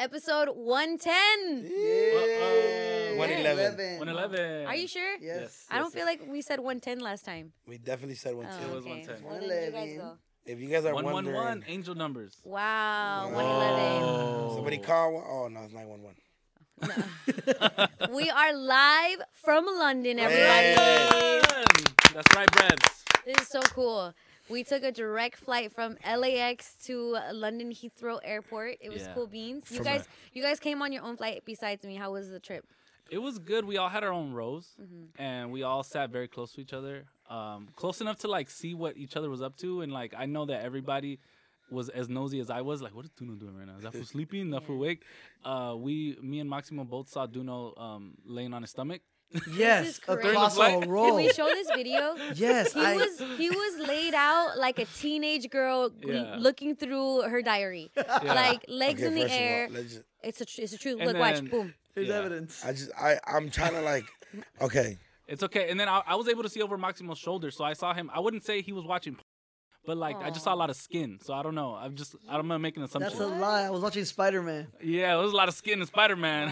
episode 110. Uh-oh. 111. 111. Are you sure? Yes. I don't feel like we said 110 last time. We definitely said Oh, 110. It was okay. 110. Well, then you guys 111. go. If you guys are wondering, 111, angel numbers. Wow, 111. somebody call. one- Oh no, it's not one one. We are live from London, everybody. Hey. That's right, Brebs. This is so cool. We took a direct flight from LAX to London Heathrow Airport. It was Yeah. cool beans. You From guys, you guys came on your own flight besides me. How was the trip? It was good. We all had our own rows, and we all sat very close to each other, um, close enough to like see what each other was up to. And like I know that everybody was as nosy as I was. Like, what is Duno doing right now? Is that fool sleeping? Is that fool awake? Uh, we, me and Maximo, both saw Duno um, laying on his stomach. is Yes, crazy. During across the a Oh. flight? Can roll. we show this video? Yes, He I. was he was laid out like a teenage girl g- Yeah. looking through her diary, like legs in the first of all, air. let's just- It's a tr- it's a truth. And Look, then- watch, boom. There's Yeah. evidence. I just I I'm trying to like. Okay, It's okay. And then I, I was able to see over Maximo's shoulder, so I saw him. I wouldn't say he was watching, p- but like I just saw a lot of skin. So I don't know. I'm just I'm gonna make an assumption. That's a lie. I was watching Spider Man. yeah, there was a lot of skin in Spider Man.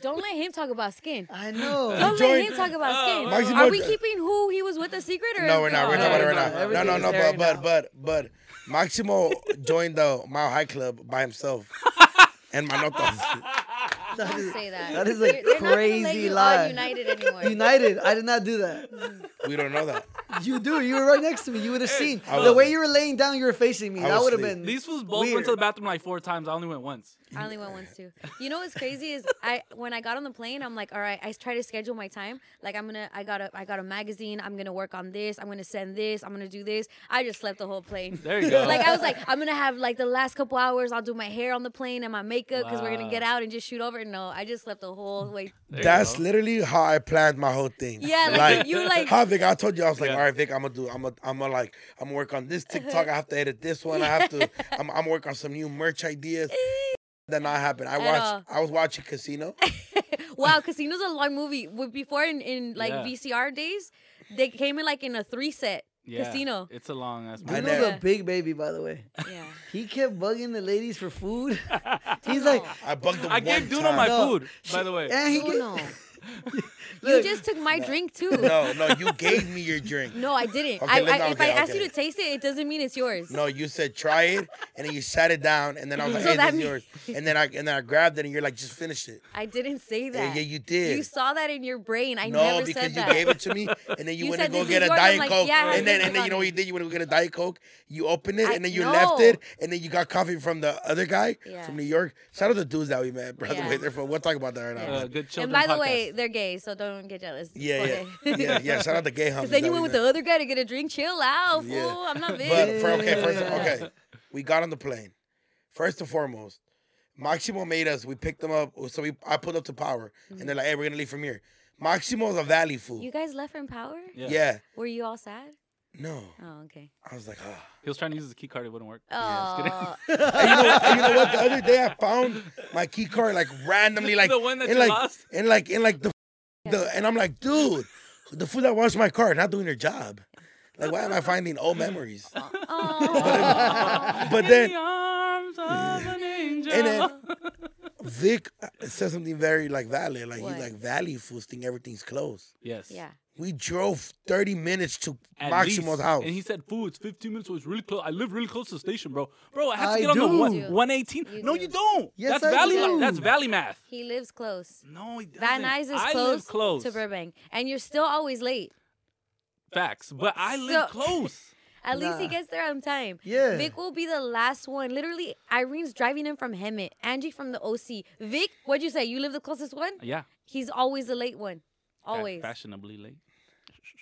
Don't let him talk about skin. I know. Don't let Joy- him talk about skin. Oh. Maximo- Are we keeping who he was with a secret or no, we're not. We're no? talking about it no, right now. everything No, no, is no. airing But but out. but but Maximo joined the Mile High Club by himself. And Manotas. That Don't is- say that. That is They're- a they're not gonna let crazy you all lie. United anymore. United. I did not do that. We don't know that. You do. You were right next to me. You would have seen I the was- way you were laying down. You were facing me. I that was would have asleep. been. These fools both Weird. went to the bathroom like four times. I only went once. I only went once too. You know what's crazy is I when I got on the plane, I'm like, all right, I try to schedule my time. Like I'm gonna, I got a, I got a magazine. I'm gonna work on this. I'm gonna send this. I'm gonna do this. I just slept the whole plane. There you go. Like I was like, I'm gonna have like the last couple hours. I'll do my hair on the plane and my makeup because we're Wow. gonna get out and just shoot over. No, I just slept the whole way. There you That's go. literally how I planned my whole thing. Yeah, like, you, like- how Vic. I told you I was like, Yeah. all right, Vic, I'm gonna do. I'm gonna. I'm gonna like. I'm gonna work on this TikTok. I have to edit this one. I have to. I'm. I'm work on some new merch ideas. that not happened. I At watched. all. I was watching Casino. Wow, Casino's a long movie. W- Before in, in like Yeah. VCR days, they came in like in a three set. Yeah, Casino. It's a long ass. I Bruno's never- a big baby, by the way. Yeah. He kept bugging the ladies for food. He's like, I bugged them. I gave one Duno time. my No. food, by the way. and he Oh, get, no. you Look. just took my drink too. No, no, you gave me your drink. No, I didn't. Okay, I, let's I, not- if okay, I ask you okay. to taste it, it doesn't mean it's yours. No, you said try it, and then you sat it down, and then I was like, So "Hey, that this is mean- yours." And then I and then I grabbed it, and you're like, "Just finish it." I didn't say Yeah, that. yeah, you did. You saw that in your brain. I no, never because said you that. gave it to me, and then you, You went said, to go "This get a is yours." I'm diet like, coke, "Yeah, I and then didn't and then want you know what it." you did? You went to get a diet coke. You opened it, I- and then you no. left it, and then you got coffee from the other guy Yeah. from New York. Shout out to dudes that we met, by the Yeah. way. Therefore, we'll talk about that right now. Uh, good and children. by the way, podcast. they're gay, so don't get jealous. Yeah, yeah, yeah, yeah. Shout out to gay homies. Because then you that went we with met. the other guy to get a drink. Chill out, fool. Yeah. I'm not big. But for, okay, first Yeah. okay, we got on the plane. First and foremost, Maximo made us. We picked them up, so we I pulled up to Power, and they're like, "Hey, we're gonna leave from here." Maximo's a valley fool. Mm-hmm. You guys left from power? Yeah. yeah. Were you all sad? No, Oh, okay. I was like, ah. he was trying to use his key card. It wouldn't work. Oh, And you, know, and you know what? The other day I found my key card like randomly, like The one that in, you like, lost? and like in like the, the and I'm like, dude, the fool that watched my car not doing their job. Like, why am I finding old memories? oh. But In then the arms of an angel. And then Vic uh, said something very like valid. Like What? he's like Valley fools think everything's closed. yes. yeah. We drove 30 minutes to At Maximo's least. house. And he said, fool, it's 15 minutes, so it's really close. I live really close to the station, bro. Bro, I have to I get on the do. one, You do. 118. You no, do. you don't. Yes, that's I valley do. That's valley math. He lives close. No, he doesn't. Van Nuys is I close, live close. to Burbank, and you're still always late. Facts. But I live So- close. At least he Nah. gets there on time. Yeah. Vic will be the last one. Literally, Irene's driving him from Hemet. Angie from the OC. Vic, what'd you say? You live the closest one? Yeah. He's always the late one. Fa- Always. Fashionably late.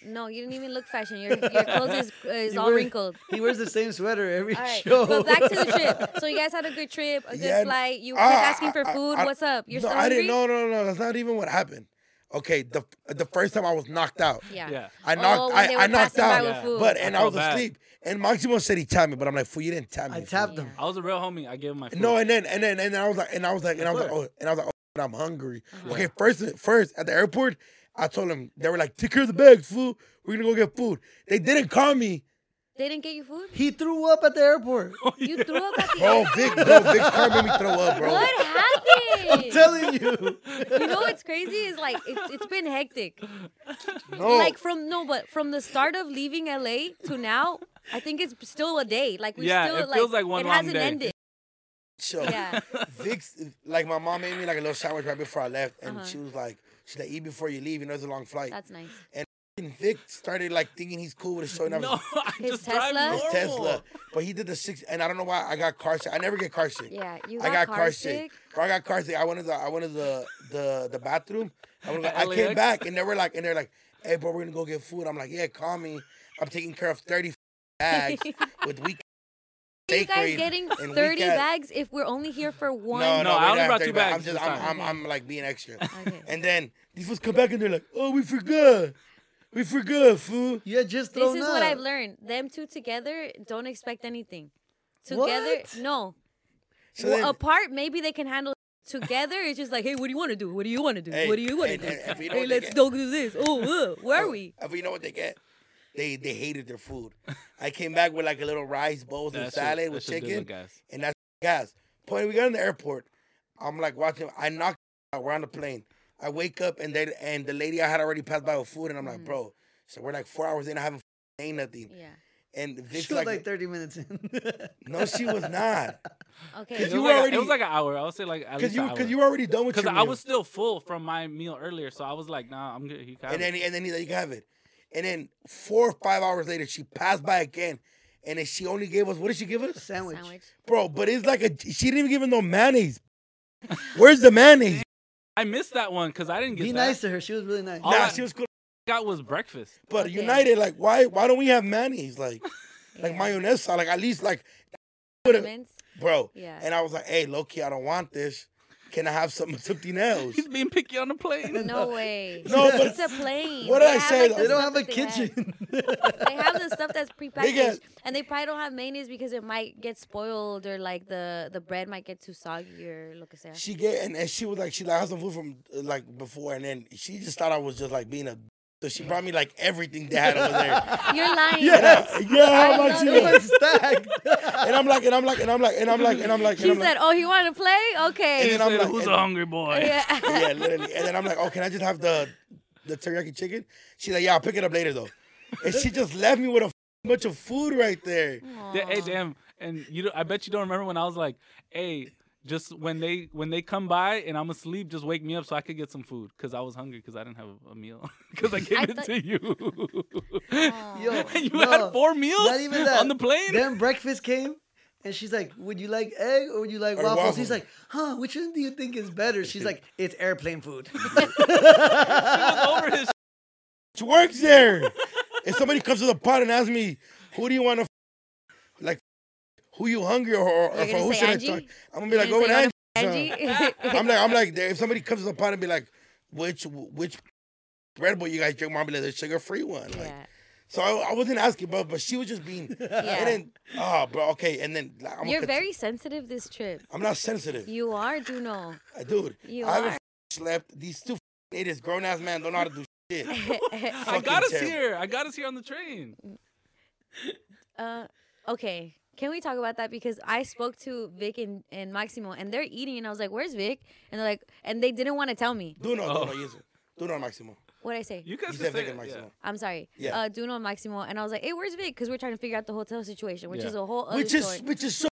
No, you didn't even look fashion. Your, your clothes is, is He all wears- wrinkled. He wears the same sweater every All right, show. but back to the trip. So you guys had a good trip, a good Yeah, flight. You ah, were asking for I- I- food. I- What's up? You're no, still I didn't. No, hungry? no, no. That's not even what happened. Okay, the the first time I was knocked out. Yeah. Yeah. I knocked. oh, when they I, were I knocked passing by out. with Yeah. food. But and I I, felt was bad. asleep. And Maximo said he tapped me, but I'm like, fool, you didn't tap me. I fool." tapped him. I was a real homie. I gave him my food. No, and then and then and then I was like, and I was like, and I was like, oh, and I was like, oh, I'm hungry. Okay, first, first at the airport, I told them they were like, take care of the bags, fool. We're gonna go get food. They didn't call me, They didn't get you food? He threw up at the airport. You threw up at the bro. Vic, bro, Vic's car made me throw up, bro. What happened? telling you. you know what's crazy is like it, it's been hectic. No, Like from no, but from the start of leaving LA to now, I think it's still a day. Like we Yeah, still it like feels like one it long hasn't day. ended. so Yeah. Vic's like my mom made me like a little sandwich right before I left, and she was like, she's like, eat before you leave. You know it's a long flight. Uh-huh. That's nice. And Vic started like thinking he's cool with his showing up. No, I His just Tesla? drive His normal. his Tesla, Oh. but he did the six, and I don't know why I got car sick. I never get car sick. Yeah, you I got got car car, sick? sick. Bro, I got car sick. I went to the, I went to the the the bathroom. I, went to At I LAX? came back and they were like, and they're like, hey, bro, we're gonna go get food. I'm like, yeah, call me. I'm taking care of thirty bags with weak. Are you steak guys rings getting and 30 weekend- bags if we're only here for one? No, no, No, I we only don't have brought 30 two I'm bags just, this I'm, time. I'm, I'm like being extra. Okay. And then these fools come back and they're like, oh, we forgot, we forgot, fool. You had just This thrown is up. what I've learned. Them two together, don't expect anything. Together, What? no. So well, then- apart, maybe they can handle. Together, it's just like, hey, what do you want to do? What do you want to do? Hey, what do you want to and- do? and if you know hey, what they let's get- go do this. Oh, uh, where are we? If you know what they get, they they hated their food. I came back with like a little rice bowls That and shit- salad that with shit did chicken, look gas. and that's gas. Point we got in the airport. I'm like watching. I knocked out. We're on the plane. I wake up and they and the lady I had already passed by with food, and I'm Mm. like, bro. So we're like four hours in. I haven't f- ate nothing. Yeah. And Vic's She was like, like 30 minutes in. no, she was not. Okay. It You was, like a- already- it was like an hour. I would say like at Cause least you, an hour. cause you were already done with Because your I meal. was still full from my meal earlier, so I was like, nah, I'm good. He got and it. then and then he's like, you can have it. And then four or five hours later, she passed by again, and then she only gave us what did she give us? Sandwich. Sandwich. Bro, but it's like a she didn't even give him no mayonnaise. Where's the mayonnaise? I missed that one because I didn't get Be that. nice to her. She was really nice. All nah, I- she was cool. got was breakfast. But Okay. United, like, why why don't we have mayonnaise? Like, like mayonnaise, like at least like, would've- Condiments. bro. Yeah. And I was like, hey, Loki, I don't want this. Can I have some something else? He's being picky on the plane. No way. No, but- it's a plane. What did They I have, say, like, though? the they don't stuff have a that they had. kitchen. they have the stuff that's prepackaged, got- and they probably don't have mayonnaise because it might get spoiled or like the the bread might get too soggy or look at that. She gave and, and she was like, she like had some food from uh, like before, and then she just thought I was just like being a. So she brought me like everything they had over there. You're lying. yeah, yeah, I I'm like, love she it. like- It's stacked. and I'm like, and I'm like, and I'm like, and I'm like, and I'm like, and She I'm like, said, "Oh, you want to play? And Okay." then I'm Said, like- Who's and- a hungry boy? yeah. yeah, literally. And then I'm like, oh, can I just have the the teriyaki chicken? She's like, yeah, I'll pick it up later though. And she just left me with a f- bunch of food right there. Da- hey, damn. And you, don't- I bet you don't remember when I was like, hey, just when they when they come by and I'm asleep, just wake me up so I could get some food because I was hungry because I didn't have a, a meal because I gave I it thought- to you. Yo, you no, had four meals Not even that. on the plane. Then breakfast came. And she's like, "Would you like egg or would you like Or waffles? waffles. He's like, "Huh? Which one do you think is better?" She's like, "It's airplane food." Oh, over his. She works there. if somebody comes to the pot and asks me, who do you want to, f-? like, who you hungry or, or, or You're for gonna who say should Angie? I talk? I'm gonna be like, You go with wanna Angie. Angie. I'm like, I'm like, if somebody comes to the pot and be like, which which Red Bull you guys drink? Mom be like, the sugar free one. Like, yeah. so I, I wasn't asking, bro, but she was just being. Yeah. And then, oh, bro, okay. And then like, I'm gonna You're continue. very sensitive this trip. I'm not sensitive. You are, Juno. Uh, Dude, You I haven't are. f- slept. These two f- idiots, grown ass man, don't know how to do shit. I Fucking got us terrible. here. I got us here on the train. Uh, okay. Can we talk about that? Because I spoke to Vic and, and Maximo, and they're eating, and I was like, "Where's Vic?" And they're like, and they didn't want to tell me Do no, Oh. do no, yes. Do no, Maximo. what I say. You You guys can said say Vic and it, yeah. Maximo. I'm sorry. Yeah. Uh, Duno and Maximo, and I was like, "Hey, where's Vic?" Because we're trying to figure out the hotel situation, which Yeah. is a whole other Which is story. which is so.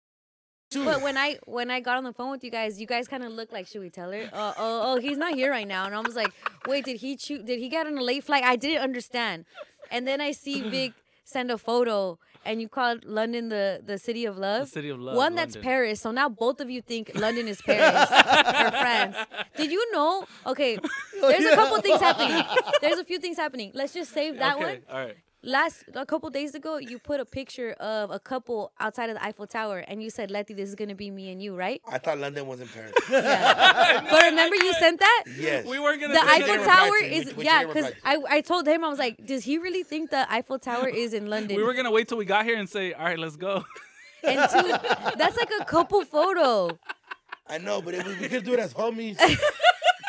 But when I when I got on the phone with you guys, you guys kind of looked like, "Should we tell her?" Uh, oh, oh, he's not here right now, and I was like, "Wait, did he shoot? Did he get on a late flight?" I didn't understand, and then I see Vic send a photo, and you called London the the city of love. city of love, One that's London. Paris, so now both of you think London is Paris or France. Did you know? Okay, There's a couple things happening. There's a few things happening. Let's just save that okay, one. All right. Last a couple days ago, you put a picture of a couple outside of the Eiffel Tower, and you said, "Letty, this is gonna be me and you, right?" I thought London was in Paris. Yeah. but remember, you sent that. Yes. We weren't gonna. The say Which Eiffel they that. were back Tower to, is which- which yeah, they were because back I, I told him I was like, does he really think the Eiffel Tower is in London? We were gonna wait till we got here and say, all right, let's go. and dude, that's like a couple photo. I know, but it was, we could do it as homies. it's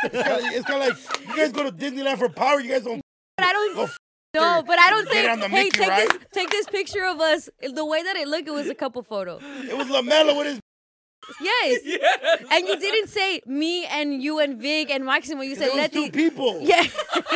kind of like you guys go to Disneyland for power. You guys don't. But I don't Go Oh, f- no, your- but I don't get on think. the Hey, Mickey, take this right? take this picture of us. The way that it looked, it was a couple photo. It was Lamelo with his. Yes. yes. And you didn't say me and you and Vig and Maximo. You There said was two Letty. people. Yeah.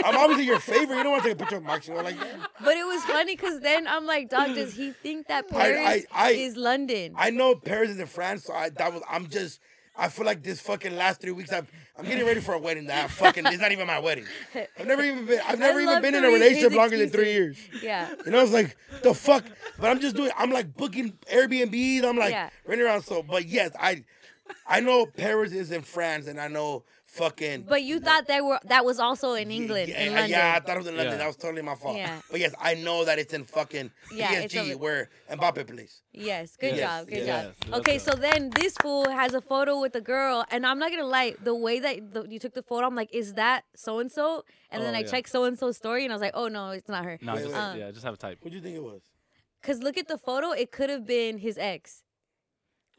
I'm obviously your favorite. You don't want to take a picture of Maximo like that. but it was funny because then I'm like, dog, does he think that Paris I- I- is London? I know Paris is in France, so I that was. I'm just. I feel like this fucking last three weeks, I've, I'm getting ready for a wedding that I fucking. it's not even my wedding. I've never even been. I've never even love been the in a re- his relationship longer than three years. excuses. yeah. You know, it's like the fuck. But I'm just doing. I'm like booking Airbnbs. I'm like Yeah. running around. So, but yes, I, I know Paris is in France, and I know fucking. But you thought that were that was also in England, yeah, in yeah, London. yeah, I thought it was in London. Yeah. That was totally my fault. Yeah. But yes, I know that it's in fucking Yeah, it's PSG over- where Mbappe plays. Yes, good Yes, job, good yes. job. Yes, that's okay, it. so then this fool has a photo with a girl, and I'm not gonna lie, the way that the, you took the photo, I'm like, is that so and so? And then Oh, I yeah. checked so and so's story, and I was like, oh no, it's not her. No, Wait, just, wait. yeah, just have a type. Who do you think it was? Cause look at the photo, it could have been his ex.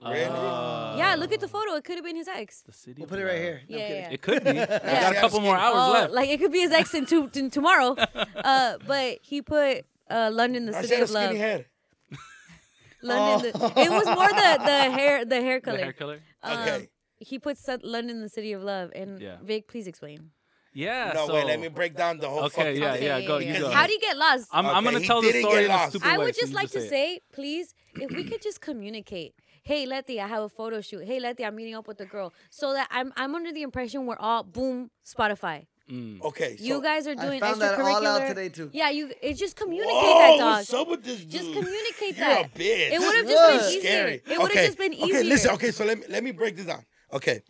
Really? Uh, yeah, look at the photo, it could have been his ex. The city. We'll of put it right love. here. No, I'm Yeah, kidding. yeah, yeah. It could be. We got Yeah. a couple more hours Oh, left. like it could be his ex in, two, in tomorrow. Uh, but he put uh, London, the I city said a of skinny love. head. London, the, Oh. it was more the, the hair, the hair the color. hair color. Um, Okay. He put Sut- London, the city of love, and Yeah. Vic, please explain. Yeah. no, so, wait. Let me break down the whole Okay. fucking. Yeah. thing. Yeah. Go. You yeah. go. How do you get lost? I'm, I'm Okay, gonna he tell the didn't story get in a lost. stupid I way, would so just you like to it. say, please, if we could just communicate. Hey, Letty, I have a photo shoot. Hey, Letty, I'm meeting up with a girl. So that I'm, I'm under the impression we're all boom Spotify. Okay. So, you guys are I doing found that extracurricular. all out today, too. Yeah, you. It just communicate Whoa, that dog. what's up with this dude? just communicate You're that. a bitch. It would have This just is been easier. scary. It would have Okay, just been easier. Okay, listen. Okay, so let me let me break this down. Okay,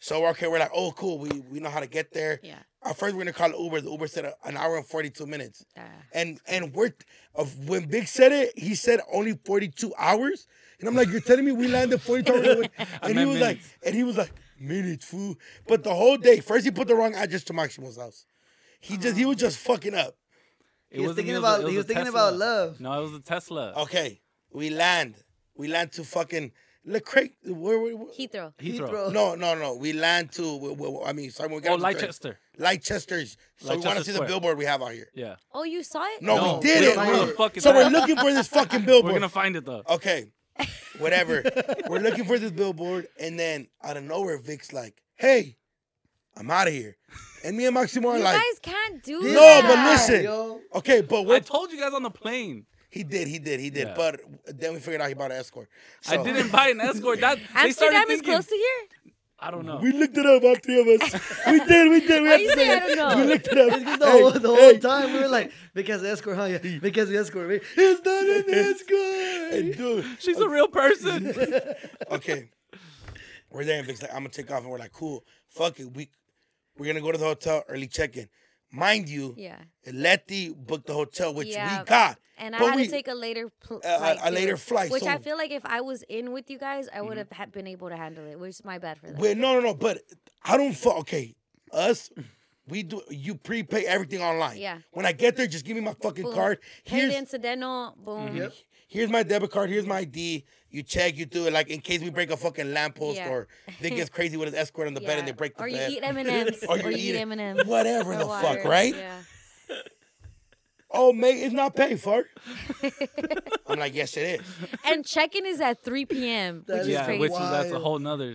so okay, we're like, oh, cool. We we know how to get there. Yeah. At first, we're gonna call Uber. The Uber said a- an hour and forty two minutes. And and we're of when Big said it, he said only forty two hours. And I'm like, you're telling me we landed forty two hours? away?" and he meant was like, minutes. and he was like, minutes, fool. But the whole day, first he put the wrong address to Maximo's house. He just Uh-huh. he was just fucking up. It He was wasn't- thinking it about- a- it he a was thinking about Tesla. love. No, it was a Tesla. Okay, we land. We land to fucking Le Craig. Where, where, where- Heathrow. Heathrow. Heathrow. No, no, no. We land to. w- w- I mean, sorry, we got Oh, off the train. Leicester. Leicester's. So we want Leicester to see the Square. billboard we have out here. Yeah. Oh, you saw it? No, No, we did we it. don't We're- know the fuck it's so we're at. looking for this fucking billboard. We're gonna find it though. okay, whatever. we're looking for this billboard, and then out of nowhere, Vic's like, "Hey, I'm out of here," and me and Maximo are You like, guys can't do This "No, that. but guy, listen, yo. okay, but I what told you guys on the plane. he did, he did, he did." Yeah. But then we figured out he bought an escort. I So- didn't buy an escort. That they started Amsterdam is thinking, close to here. I don't know. We looked it up, all three of us. We did, we did. We Why had you to say say I don't it. know? We looked it up. Because the, whole, the whole time we were like, because the escort, huh? Yeah, because the escort. right? It's not an escort. Hey, dude. She's a real person. okay. We're there, and Vic's like, I'm gonna take off, and we're like, cool, fuck it. We we're gonna go to the hotel early check in. Mind you, Yeah. Letty booked the hotel, which Yeah, we got. And I But had we- to take a later pl- a- flight a later too, flight, which I so- Mm-hmm. feel like if I was in with you guys, I would have ha- been able to handle it. Which is my bad for that. Wait, no, no, no. But I don't fuck. Okay, us. We do. You prepay everything online. Yeah. When I get there, just give me my fucking Boom. card. Pay Here's Mm-hmm. the incidental. Boom. Yep. here's my debit card, here's my ID. You check, you do it. Like in case we break a fucking lamppost Yeah. or they gets crazy with his escort on the bed and they Yeah. break the or you bed. eat M and M's. Or you eat it. M and M's. Whatever the fuck, right? Yeah. Oh, mate, it's not paid for. I'm like, yes, it is. And check-in is at 3 p.m., That which is is yeah, crazy. which is that's a Wild. whole nother.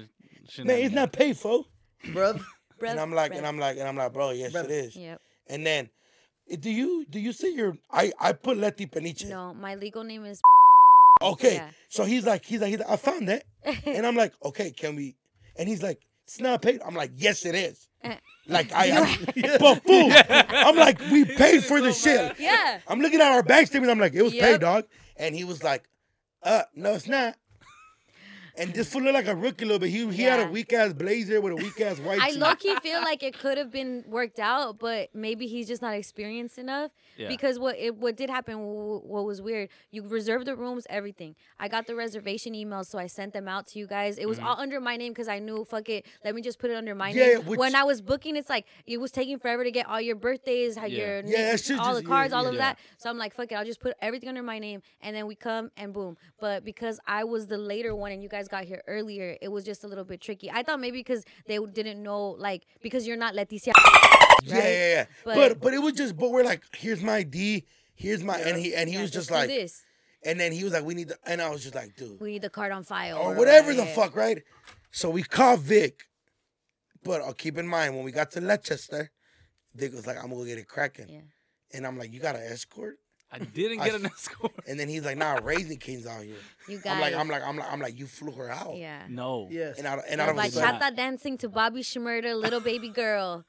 Man, it's not paid for. Bruv. Bruv, And I'm like, and bruv. I'm like, and I'm like, bro, yes, Bruv. it is. Yep. And then, eh, do you do you see your? I I put Leti Peniche. No, my legal name is. Okay. Yeah. So he's like, he's like, he's like, I found that. and I'm like, okay, can we? And he's like, it's not paid. I'm like, yes, it is. Eh. like I, I but fool. I'm like, we paid for the shit. Yeah. I'm looking at our bank statement. I'm like, it was paid, Yep. dog. And he was like, uh, no, it's not. And this fool looked like a rookie a little bit. He he had Yeah. a weak ass blazer with a weak ass white. I tee. low key feel like it could have been worked out, but maybe he's just not experienced enough. Yeah. Because what it, what did happen, wh- what was weird, you reserved the rooms, everything. I got the reservation emails, so I sent them out to you guys. It was all under my name because I knew, fuck it, let me just put it under my Mm-hmm. Yeah, name. yeah, which- when I was booking, it's like it was taking forever to get all your birthdays, how Yeah. your Yeah, that names, shit all just- the yeah, cards, all yeah. of that. So I'm like, fuck it, I'll just put everything under my name, and then we come and boom. But because I was the later one and you guys got here earlier, it was just a little bit tricky. I thought maybe because they didn't know, like, because you're not Leticia. Yeah, yeah, yeah. But- But, but it was just. But we're like, here's my D. Here's my and he and he was just do like this. and then he was like we need to and I was just like dude We need the card on file or whatever the yeah. fuck right so we called Vic but uh, keep in mind when we got to Leicester Vic was like I'm gonna go get it cracking Yeah. and I'm like you got an escort I didn't I get s- an escort. and then he's like nah raising kings out here You guys. I'm like I'm like I'm like I'm like you flew her out yeah. No. Yes. and I and I Like was like like, Bachata. bachata dancing to Bobby Shmurda, little baby girl.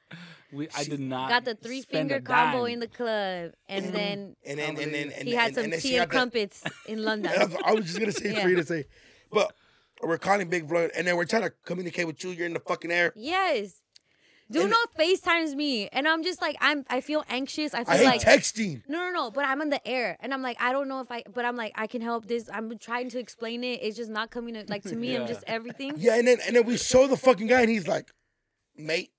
We, I did not. Got the three Ah, spend a finger combo dime. in the club, and then and then and then Mm-hmm. and he had and- some and then she tea and got that- crumpets in London. That's what I was just gonna say Yeah. for you to say, but we're calling Big Floyd, and then we're trying to communicate with you. You're in the fucking air. Yes. Do And- not FaceTimes me. And I'm just like, I'm I feel anxious. I feel I hate like texting. no, no, no, but I'm in the air and I'm like, I don't know if I, but I'm like, I can help this. I'm trying to explain it. It's just not coming to, like, to me, I'm Yeah. just everything. Yeah, and then and then we show the fucking guy, and he's like, "Mate,"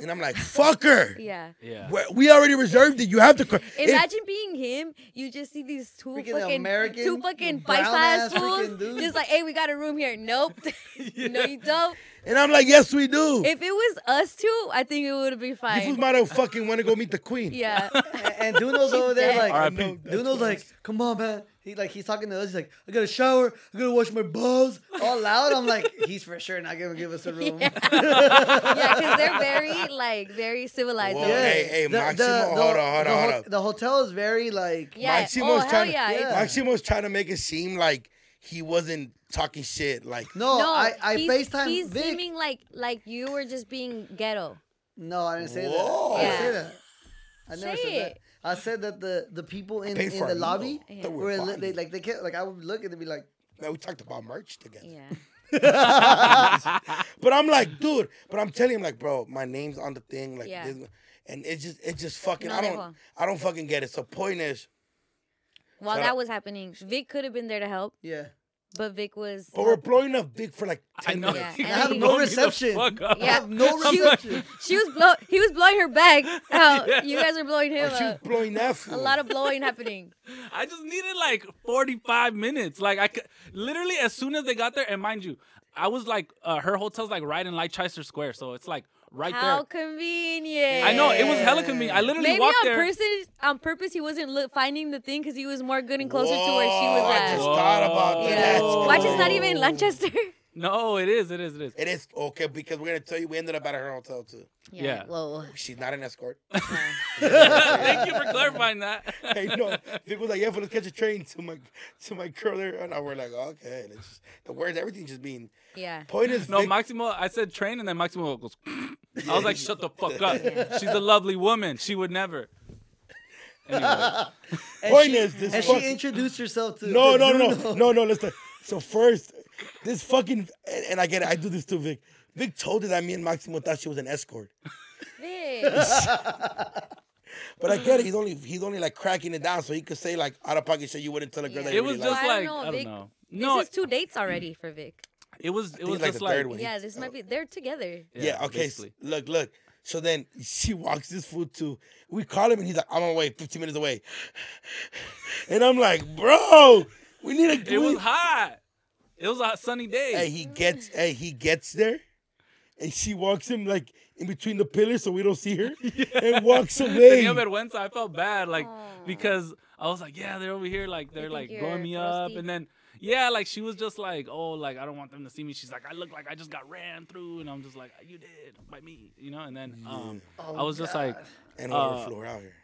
and I'm like, "Fucker, Yeah. Yeah. we, we already reserved it. You have to." cr- if- Imagine being him. You just see these two Freaking fucking American, two fucking brown bite ass ass fools. freaking dude. Just like, hey, we got a room here. Nope. No, you don't. and I'm like, "Yes, we do." If it was us two, I think it would be you fools fine. might have fucking want to go meet the queen. yeah. A- And Duno's over there dead. like, R.I.P. no, Duno's like, come on, man. He like he's talking to us. He's like, I gotta shower. I gotta wash my balls. All loud. I'm like, he's for sure not gonna give us a room. Yeah, because they're very, like, very civilized. Whoa, over there. Oh, hey, hey, Maximo, hold on, hold the on, ho- hold on. the hotel is very like. Yeah. Maximo's oh, hell trying to- yeah. It's- Yeah. Maximo's trying to make it seem like he wasn't talking shit. Like, No, No, I, I he's, FaceTime He's Vic. seeming like like you were just being ghetto. No, I didn't say Whoa. that. I didn't Yeah. say that. I never Say said it. that. I said that the, the people in, paid in for the a lobby meal. I thought we were were li- bonding. they, like they kept, like I would look and they'd be like, man, we talked about merch together. Yeah. But I'm like, dude. But I'm telling him, like, bro, my name's on the thing, like, Yeah. this, and it's just, it's just fucking. No, I dejo. don't, I don't fucking get it. So point is, While Shut that up. was happening, Vic could have been there to help, yeah. but Vic was. Oh. but we're blowing up big for like I ten know. Yeah, minutes. You and guys I have no blowing me the reception. fuck up. Yeah. No She was, reception. she was blow. He was blowing her back. out. You guys are blowing him Oh, She was up. blowing that. Fool. A lot of blowing happening. I just needed like 45 minutes. Like I could, literally as soon as they got there, and mind you, I was like, uh, her hotel's like right in Leicester Square, so it's like right How there. convenient. I know it was hella convenient. I literally Maybe on walked there. purpose, on purpose, he wasn't look, finding the thing because he was more good and closer to where she Whoa, was I at. just thought about Whoa. that. yeah. That's Watch, it's not cool. even in Lanchester. no, it is. It is. It is. It is okay because we're gonna tell you we ended up at her hotel too. Yeah. Whoa. She's not an escort. Thank you for clarifying that. hey, no, Vic was like, yeah, for let's catch a train to my to my curl there, and I were like, okay, let's just, the words, everything just being. Yeah. Point is, No, Vic, Maximo, I said train, and then Maximo goes. I was like, shut the fuck up. She's a lovely woman. She would never. Anyway, And point she- is, this and fucking- she introduced herself to No, to no, Duno. no, no, no, no. Listen. So first, this fucking and, and I get it. I do this too, Vic. Vic told her that me and Maximo thought she was an escort, Vic. but I get it. He's only he's only like cracking it down so he could say like out of pocket shit you wouldn't tell a girl that Yeah. They it you was really just like. I don't like know, I don't Vic. know. No, This is two dates already for Vic. it was it think was like uh, just the third like one. Yeah, this might be. They're together. Yeah. okay. s- basically. Look, look. So then she walks this fool to. We call him and he's like, "I'm on my way, 15 minutes away," and I'm like, "Bro, we need to." It we- was hot. It was a hot sunny day. Hey, he gets hey, he gets there and she walks him like in between the pillars so we don't see her and walks away. Tenía vergüenza. I felt bad, like because I was like, yeah, they're over here, like they're think like you're blowing me up, frosty? and then yeah, like she was just like, oh, like I don't want them to see me. She's like, I look like I just got ran through, and I'm just like, you did by me, you know. And then um, Oh, I was just like, and whoever Uh, flew her out here.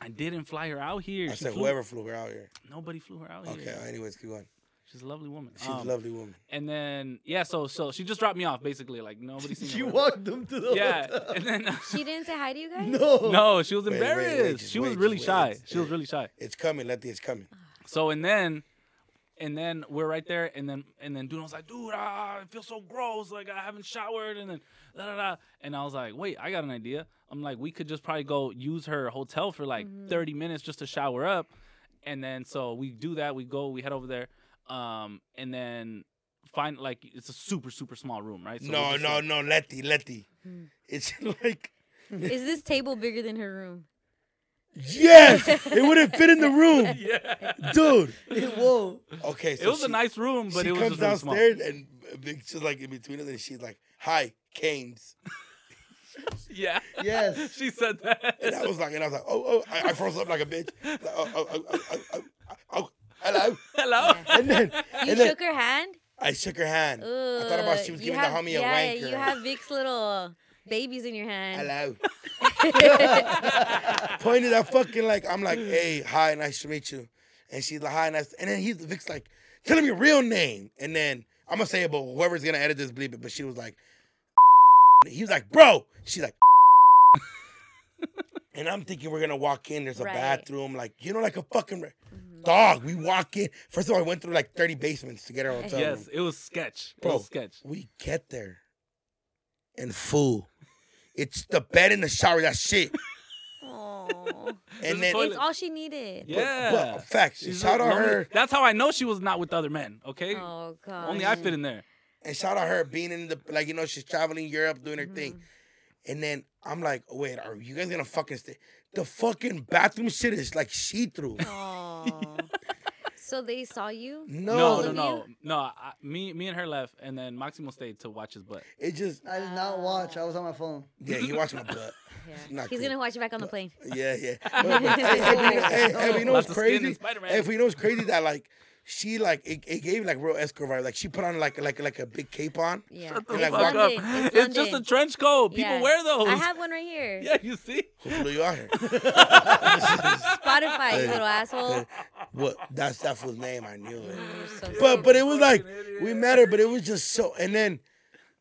I didn't fly her out here. I She said flew- whoever flew her out here. Nobody flew her out Okay, here. anyways, keep going. She's a lovely woman. She's a Um, lovely woman. And then yeah, so so she just dropped me off basically, like nobody seen me You or whatever. walked them to the Yeah, hotel. and then She didn't say hi to you guys. No. no, she was Wait, wait, wait, embarrassed. just she wait, was just really wait. shy. It's- She was really shy. It's coming, Letty, it's coming. So and then And then we're right there, and then and then Duno was like, dude, ah, I feel so gross, like I haven't showered, and then da da da. And I was like, wait, I got an idea. I'm like, we could just probably go use her hotel for like Mm-hmm. 30 minutes just to shower up, and then so we do that. We go, we head over there, um, and then find like it's a super super small room, right? So we're no, just, no, like- no, Letty, Letty. Hmm. It's like Is this table bigger than her room? yes, it wouldn't fit in the room, Yeah, dude. Whoa. Okay, so it was a she- nice room, but she it was comes just really small. downstairs and uh, big- she's like in between us, and she's like, "Hi, Canes." Yeah. Yes. she said that. And I was like, and I was like, "Oh, oh!" I, I froze up like a bitch. Like, oh, oh, oh, oh, oh, oh, oh, hello. Hello. And then, You and then shook her hand. I shook her hand. I thought Ugh, about she was you giving have, the homie yeah, a wanker. you have Vic's little babies in your hand. Hello. Pointed at fucking like I'm like, hey, hi, nice to meet you. And she's like, hi, nice. And then he's Vic's like, tell him your real name. And then I'm gonna say it, but whoever's gonna edit this bleep it. But she was like, he was like, bro. She's like, and I'm thinking we're gonna walk in. There's a Right. bathroom, like you know, like a fucking re- dog. We walk in. First of all, I went through like 30 basements to get our hotel room. Yes, it was sketch. It Bro, was sketch. we get there and fool. It's the bed and the shower, that shit. Aw. There's a And then, it's toilet. all she needed. Yeah. but facts. She's shout the out only- her That's how I know she was not with other men. Okay. Oh god. Only I fit in there. and shout out her being in the like you know she's traveling Europe doing her thing. And then I'm like, wait, are you guys gonna fucking stay? The fucking bathroom shit is like see through. Aw. so they saw you. No, no, All no, of no. I, me, me and her left, and then Maximo stayed to watch his butt. it just I did not watch. I was on my phone. yeah, you watching my butt. Not He's cool. gonna watch you back on the plane. Yeah, yeah. But- but- hey, hey, but you know- hey, hey, but you know Lots what's of skin in crazy? Spider-Man. Hey, If you know what's crazy that like she like it, it gave like real escort vibe. Like she put on like like like a big cape on. Yeah. the Like, it's, fuck Fuck London. up. it's It's, just a London. trench coat. People Yeah. wear those. I have one right here. yeah, you see. Who flew you out here? Spotify, you little asshole. what? That's that fool's name. I knew it. Mm-hmm. You're so But but it was like we met her, but it was just so. And then,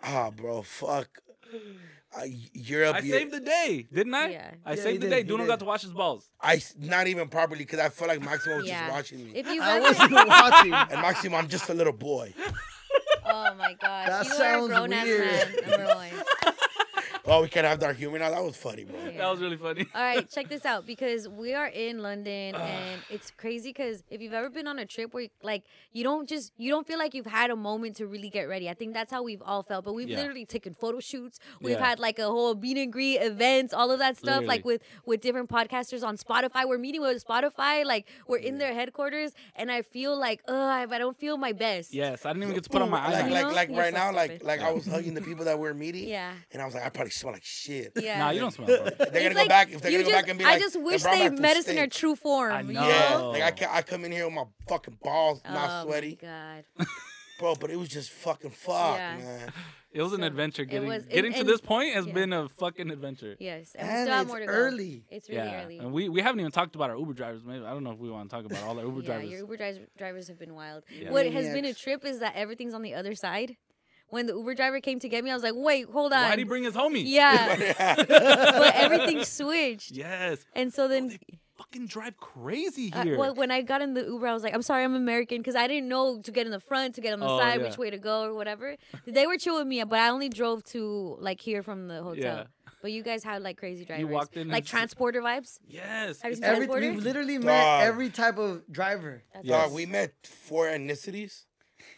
ah, bro, fuck. Uh, Europe, I yeah, saved the day, didn't I? Yeah. I Yeah, you saved the did, day. you Duno got to did. watch his balls. I s- not even properly because I felt like Maximo was yeah. just watching me. If you I ever, wasn't watching. and Maximo, I'm just a little boy. oh my gosh, That you are a sounds grown ass man. weird. Number one. Oh, we can't have dark humor now. That was funny, bro. Yeah. That was really funny. All right, check this out because we are in London and it's crazy because if you've ever been on a trip where like you don't just you don't feel like you've had a moment to really get ready. I think that's how we've all felt. But we've Yeah. literally taken photo shoots. We've Yeah. had like a whole meet and greet events, all of that stuff. Like Literally. with with different podcasters on Spotify. We're meeting with Spotify. Like we're in their headquarters, and I feel like uh I I don't feel my best. Yes, I didn't even get to put on my like eyeliner. You like know? like You're right so now, like stupid. like I was hugging the people that we were meeting. Yeah. And I was like, I probably smell like shit. Yeah. Nah, you don't smell. Bro. They're gonna It's go like, back if they're you gonna go just- back and be I like, just "The wish brown they back fool mediced in stink." her true form. I you know. Yeah, know? like I, ca- I come in here with my fucking balls Oh, not my sweaty, God. bro. But it was just fucking fuck, Yeah. man. It was an So, adventure it getting was- getting and- to this point has yeah. been a fucking adventure. Yes, and, we And still have it's more to early. go. It's really yeah. early. And we, we haven't even talked about our Uber drivers. Maybe I don't know if we want to talk about all our Uber yeah, drivers. your Uber dri- drivers have been wild. Yeah. What has been a Maniacs. trip is that everything's on the other side. When the Uber driver came to get me, I was like, "Wait, hold on." Why'd he bring his homie? yeah, but everything switched, Yes. and so then. Fucking drive crazy I- here. Uh, well, when I got in the Uber, I was like, "I'm sorry, I'm American," because I didn't know to get in the front, to get on the Oh, side, yeah. which way to go or whatever. They were chill with me, but I only drove to like here from the hotel. Yeah. But you guys had like crazy drivers, walked in like and- transporter vibes. yes. I was it's- driving- Every, Transporter? we've literally Dog. met every type of driver. That's Yes. Dog, we met four ethnicities,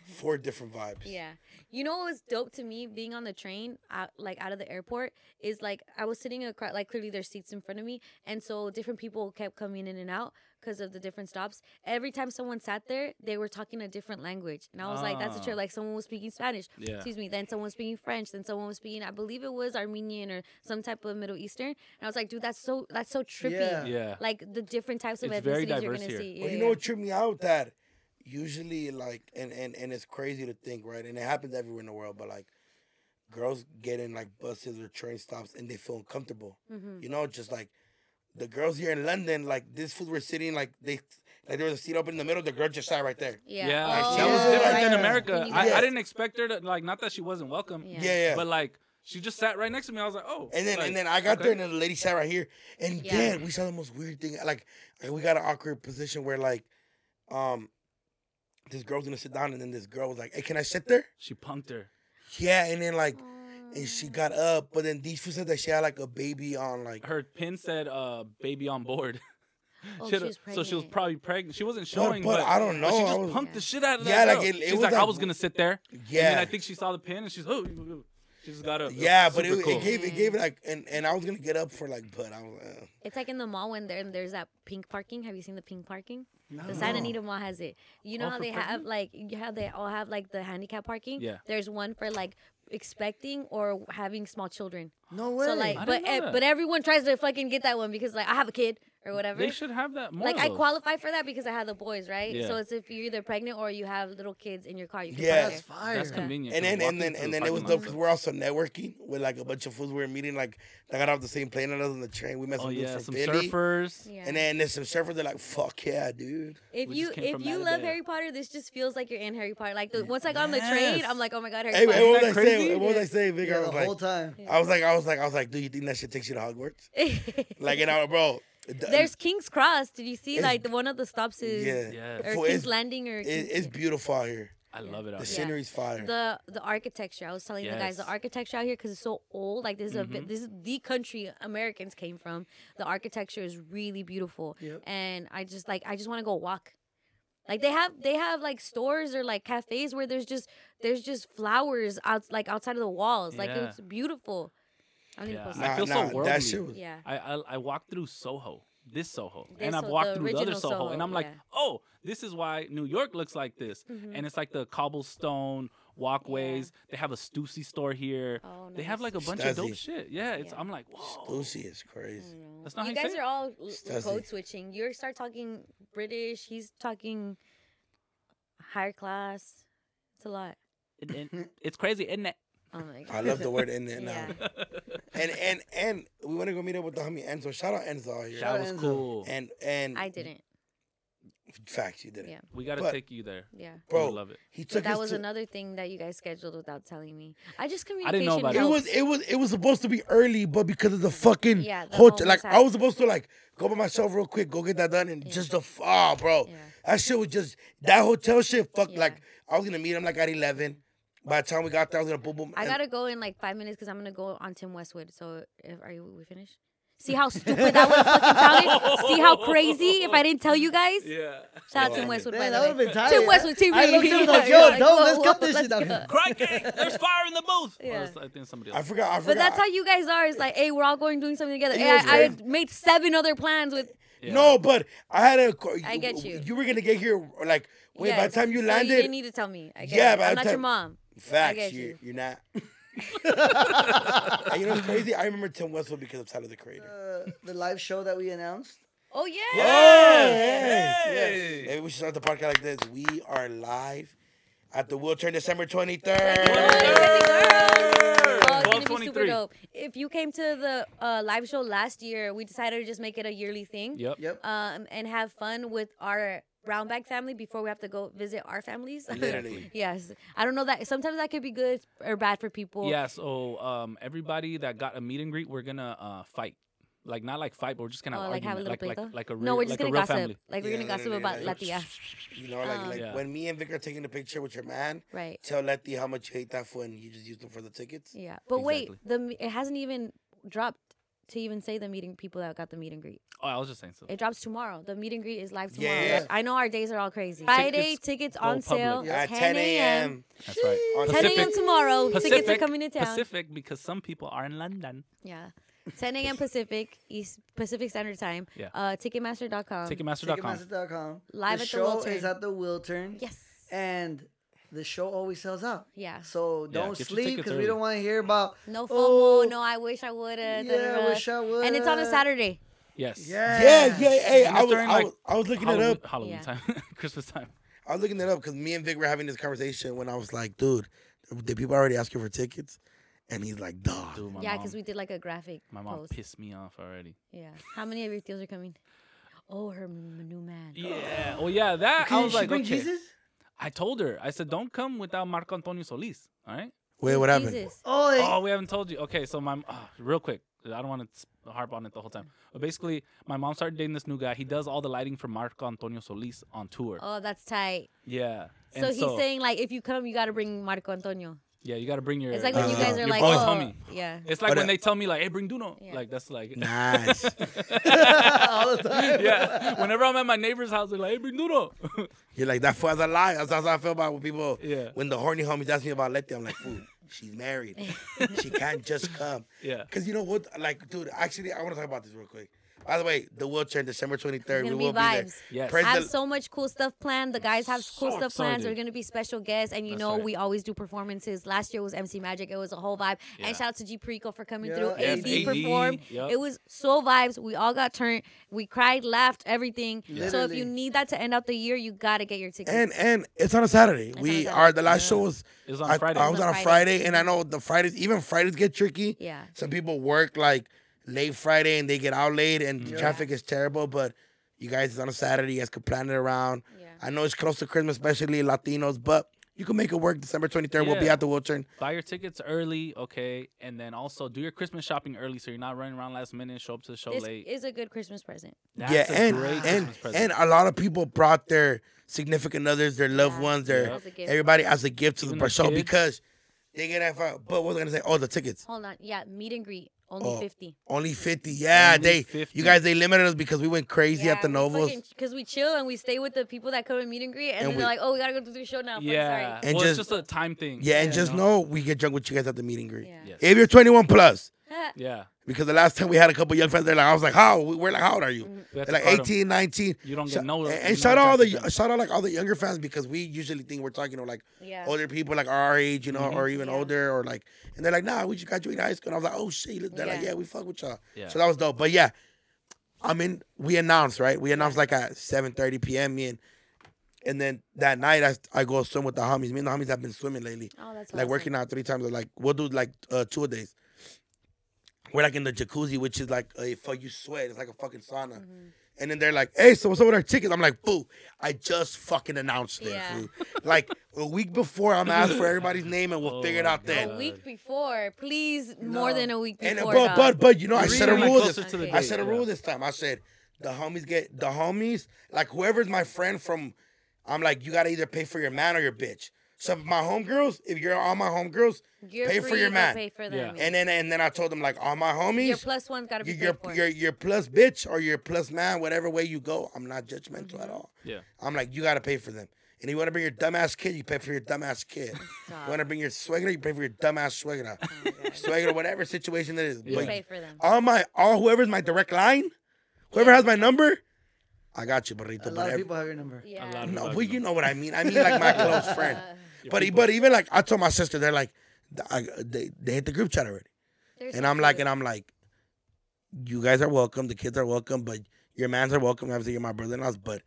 four different vibes. Yeah. You know what was dope to me being on the train, out, like out of the airport, is like I was sitting across, like clearly there's seats in front of me. And so different people kept coming in and out because of the different stops. Every time someone sat there, they were talking a different language. And I was like, that's a Ah. trip. Like someone was speaking Spanish. Yeah. Excuse me. Then someone was speaking French. Then someone was speaking, I believe it was Armenian or some type of Middle Eastern. And I was like, dude, that's so, that's so trippy. Yeah. Yeah. Like the different types of It's very ethnicities you're going to diverse here. see. Well, you know what tripped me out that usually like and, and and it's crazy to think right, and it happens everywhere in the world, but like girls get in like buses or train stops and they feel uncomfortable. Mm-hmm. You know, just like the girls here in London, like this food we're sitting like they like there was a seat up in the middle, the girl just sat right there. yeah. Yeah, Oh, that was yeah. different than Yeah. America. Can you I, I guys- didn't expect her to like. Not that she wasn't welcome. Yeah. Yeah, yeah. But like, she just sat right next to me. I was like, oh. And then like, and then I got okay. there and then the lady sat right here. And Yeah. then we saw the most weird thing. Like we got an awkward position where like um this girl's gonna sit down, and then this girl was like, "Hey, can I sit there?" She punked her. Yeah, and then like, and she got up, but then these food said that she had like a baby on like. Her pin said uh baby on board. Oh, She she had a- was so pregnant. she was probably pregnant. She wasn't showing, but but, I don't but she know, I just was- punked the shit out of Yeah, that like, girl. it- it She's was like, like- I was gonna sit there. Yeah. And then I think she saw the pin and she's oh, she just got up. Yeah, was but super it, cool. it gave it gave it like, and, and I was gonna get up for like, but I was. Uh, It's like in the mall when there, there's that pink parking. Have you seen the pink parking? The Santa Anita Mall has it. You know All how for they have like you how they all have like the handicap parking. Yeah. There's one for like expecting or having small children. No way. So like, I but didn't know e- that. but everyone tries to fucking get that one because like I have a kid or whatever. They should have that more. like of I those. qualify for that because I had the boys, right? Yeah. So it's if you're either pregnant or you have little kids in your car, you can Yeah. yeah. that's fire. That's convenient. and 'cause then walking and then through and the then it was parking dope lot because sucks. we're also networking with like a bunch of fools. We were meeting like that got off the same plane and us on the train. We met some Oh dudes yeah, from some Philly. surfers. Yeah. And then there's some surfers. They're like, "Fuck yeah, dude." If We you just came if from you love Matadero. Harry Potter, this just feels like you're in Harry Potter. Like the, once I got on the train, Yes. I'm like, oh my god, Harry Hey, Potter. hey, what that was I saying? crazy? What was I saying, Vic? Yeah, I the was like, whole time. I was like, I was like, I was like, dude, you think that shit takes you to Hogwarts? Like, and I was, bro. it- There's King's Cross. Did you see It's- like the one of the stops is yeah, Yeah. or Fool, King's it's, Landing or it- King's- it's beautiful out here. I love it out The here. scenery's fire. the the architecture. I was telling the guys the Yes. Mm-hmm. architecture out here because it's so old. Like this is a bit, this is the country Americans came from. The architecture is really beautiful, Yep. and I just like I just want to go walk. Like they have they have like stores or like cafes where there's just there's just flowers out like outside of the walls. Like Yeah. it's beautiful. I'm gonna Yeah, post I that. feel so worldly. That shit was, Yeah. I, I I walked through Soho, this Soho, This and I've Soho, walked the through the other original Soho, and Soho, I'm like, yeah. Mm-hmm. oh, this is why New York looks like this, and it's like the cobblestone walkways. They have a Stussy store here. Oh, They have nice. like a bunch of dope Stasi. shit. Yeah, it's Yeah. I'm like, whoa, Lucy is Mm. crazy. that's not you how you guys say are it. all l- Stasi. code switching. You start talking British. He's talking higher class. It's a lot. And- and it's crazy, isn't it? Oh my god. I love the word in there now. Yeah. And and and we want to go meet up with the homie Enzo. Shout out Enzo out here. Shout out That was Enzo. cool. And and I didn't. Facts, you did it, Yeah. We gotta But- take you there. Yeah. bro. love it. He took But that us was to- another thing that you guys scheduled without telling me. I just I didn't communication. know about It Nope. was it was it was supposed to be early, but because of the fucking Yeah, the hotel, like homeless I act. was supposed to like go by myself real quick, go get that done, and just the f- ah, bro, Yeah. that shit was just that hotel shit. Fuck, Yeah. like I was gonna meet him like at eleven. By the time we got there, I was gonna boom boom. I and- gotta go in like five minutes because I'm gonna go on Tim Westwood. So if, are you we finished? See how stupid that would have fucking sounded. See how crazy if I didn't tell you guys. Yeah. Shout out Tim Westwood. Man, by that the would have way. been tight. Tim Westwood TV. I looked at him like, Yeah, yo, like, don't, whoa, let's cut whoa, this shit let's down. go. Crikey, there's fire in the booth. Yeah. Oh, that's- I think somebody I else. forgot. I forgot. But that's how you guys are. It's like, hey, we're all going doing something together. It Hey, I, was I very- had made seven other plans with. Yeah. No, but I had a. co- I get you. You were gonna get here like wait. by Yes, the time you so landed, you didn't need to tell me. I get Yeah, it. by the I'm not your time- mom. facts. get You, you. You're not. And you know what's crazy? I remember Tim Westwood because of Tyler the Creator. Uh, the live show that we announced. Oh yeah. Yes. Hey! Maybe we should start the podcast like this. We are live at the wheelchair December 23rd. Oh, it's gonna be 1223. super dope. If you came to the uh, live show last year, we decided to just make it a yearly thing. Yep. Yep. Um, and have fun with our brown bag family before we have to go visit our families. Literally. yes. I don't know that sometimes that could be good or bad for people. Yeah, so um, everybody that got a meet and greet, we're gonna uh, fight. Like not like fight, but we're just gonna Oh, argue. like have a little like, like, pleito? like a real, no, we're just like a gonna real gossip. family. Like we're Yeah, gonna gossip literally, about like- Latia. You know, like, like Yeah. when me and Vic are taking a picture with your man, Right. tell Letty how much you hate that fool and you just used them for the tickets. Yeah. But wait, Exactly. the me- it hasn't even dropped to even say the meeting people that got the meet and greet. Oh, I was just saying so. It drops tomorrow. The meet and greet is live tomorrow. Yeah. Like, I know our days are all crazy. Friday tickets go on public. sale Yeah. At 10 a.m. That's right. on 10 a.m. tomorrow. Tickets are Pacific- coming to town. Pacific because some people are in London. Yeah. 10 a.m. Pacific, East Pacific Standard Time. Yeah. Uh, Ticketmaster.com. Ticketmaster.com. Ticketmaster.com. Live the at the show Wiltern. is at the Wiltern. Yes. And the show always sells out. Yeah. So Yeah, don't get your sleep tickets because we don't early. want to hear about No FOMO. oh, no, I wish I would have. Yeah, I wish I would. And it's on a Saturday. Yes. Yeah. Yeah, yeah, hey, And I it's was, during, I, like, was, I was looking it Halloween, up. Halloween Yeah. time, Christmas time. I was looking it up because me and Vic were having this conversation when I was like, dude, did people already ask you for tickets? And he's like, dog. Dude, my yeah, mom- because we did like a graphic my mom post. pissed me off already. Yeah. How many of your deals are coming? Oh, her m- new man. Yeah. Oh yeah, that I Can was she like, bring okay. Jesus? I told her. I said, don't come without Marco Antonio Solis. All right. Wait, what happened? Jesus. Oh, they- Oh, we haven't told you. Okay, so my uh, real quick. I don't want to harp on it the whole time. But basically, my mom started dating this new guy. He does all the lighting for Marco Antonio Solis on tour. Oh, that's tight. Yeah. So he's saying like, if you come, you gotta bring Marco Antonio. Yeah, you got to bring your. It's like when you guys uh, are your like, boy's oh, homie. yeah. It's like But, when uh, they tell me like, "Hey, bring Duno." Yeah. Like that's like. Nice. all the time. yeah. Whenever I'm at my neighbor's house, they're like, "Hey, bring Duno." You're like that fool's a lie. That's, that's how I feel about when people. Yeah. When the horny homies ask me about Letty, I'm like, fool, she's married. she can't just come. Yeah. Cause you know what? Like, dude, actually, I want to talk about this real quick. By the way, the wheelchair, December 23rd, we gonna be will be vibes. there. Yes. Praise I have the- so much cool stuff planned. The guys have cool So stuff planned. excited. There's gonna be special guests, and you That's know right. we always do performances. Last year was MC Magic. It was a whole vibe. Yeah. And shout out to G Perico for coming Yeah, through. Yes, AD, AD. performed. Yep. It was so vibes. We all got turned. We cried, laughed, everything. So if Literally. you need that to end out the year, you gotta get your tickets. and and it's on a Saturday. on a we Saturday. are the last show was. It was on I- Friday. I It was was on on a Friday, and I know the Fridays, even Fridays get tricky. Yeah. Some people work like late Friday and they get out late, and traffic is terrible. But you guys, it's on a Saturday. You guys could plan it around. Yeah. I know it's close to Christmas, especially Latinos, but you can make it work. December 23rd, we'll be Yeah. at the Wiltern. Buy your tickets early, okay, and then also do your Christmas shopping early, so you're not running around last minute. Show up to the show this late. is a good Christmas present. That's yeah, a and great and Christmas present. and Oh, a lot of people brought their significant others, their loved Yeah, ones, their as a gift. everybody as a gift to Even the their show kids. because they get that. far- But what was I gonna say? Oh, the tickets. Hold on. Yeah, meet and greet. Only Oh. 50. Only 50. Yeah, Only they 50. you guys they limited us because we went crazy at the Novels Because we chill and we stay with the people that come and meet and greet. And, And then they're we- like, oh, we gotta go to the show now. Fuck, Sorry. yeah, And well, just- it's just a time thing. Yeah, and you just know we get drunk with you guys at the meet and greet. Yeah. Yes. If you're 21 plus, Yeah, because the last time we had a couple young friends, they're like, I was like, how? We- We're like, how old are Mm-hmm. you? We have They're to like card 'em. 18, 19. You don't Sh- get no- And, and you don't shout get out all the uh, drunk with them. shout out like all the younger fans because we usually think we're talking to like Yeah. older people like our age, you know, Mm-hmm. or even Yeah. older, or like, and they're like, nah, we just graduated high school. And I was like, oh shit, they're like, Yeah. yeah, we fuck with y'all. Yeah. So that was dope. But yeah, I mean, we announced right. We announced like at 7:30 p.m. Me and and then that night I I go swim with the homies. Me and the homies have been swimming lately, Oh, that's like working out three times. Like we'll do like uh, two a days. We're like in the jacuzzi, which is like, hey, fuck, you sweat. It's like a fucking sauna. Mm-hmm. And then they're like, hey, so what's up with our tickets? I'm like, boo, I just fucking announced this. Yeah. fool." Like a week before, I'm asked for everybody's name and we'll Oh figure it my out then. A week before, please, more than a week And uh, before. but, dog. but but you know I You're set a really rule closer this to the I date, set a yeah. rule this time. I said the homies get the homies like whoever's my friend from. I'm like you gotta either pay for your man or your bitch. So if my homegirls, if you're all my homegirls, You're pay free for your to man. Pay for Yeah. them. and then and then I told them like all my your homies, plus one's gotta be your paid for. your, your plus bitch or your plus man, whatever way you go, I'm not judgmental Mm-hmm. at all. yeah. I'm like you gotta pay for them. And you want to bring your dumbass kid, you pay for your dumbass kid. Stop. Oh You want to bring your swagger, you pay for your dumbass swagger. swagger, whatever situation that is. You But pay for them. all my all whoever's my direct line, whoever has my number, I got you, burrito. A lot but of ev- people have your number. yeah. lot of- no, well, you know what I mean. I mean like my close friend. But e- but even like I told my sister, they're like, th- I, they they hit the group chat already, They're so and I'm like, cute. and I'm like, you guys are welcome, the kids are welcome, but your mans are welcome. Obviously, you're my brother-in-laws, but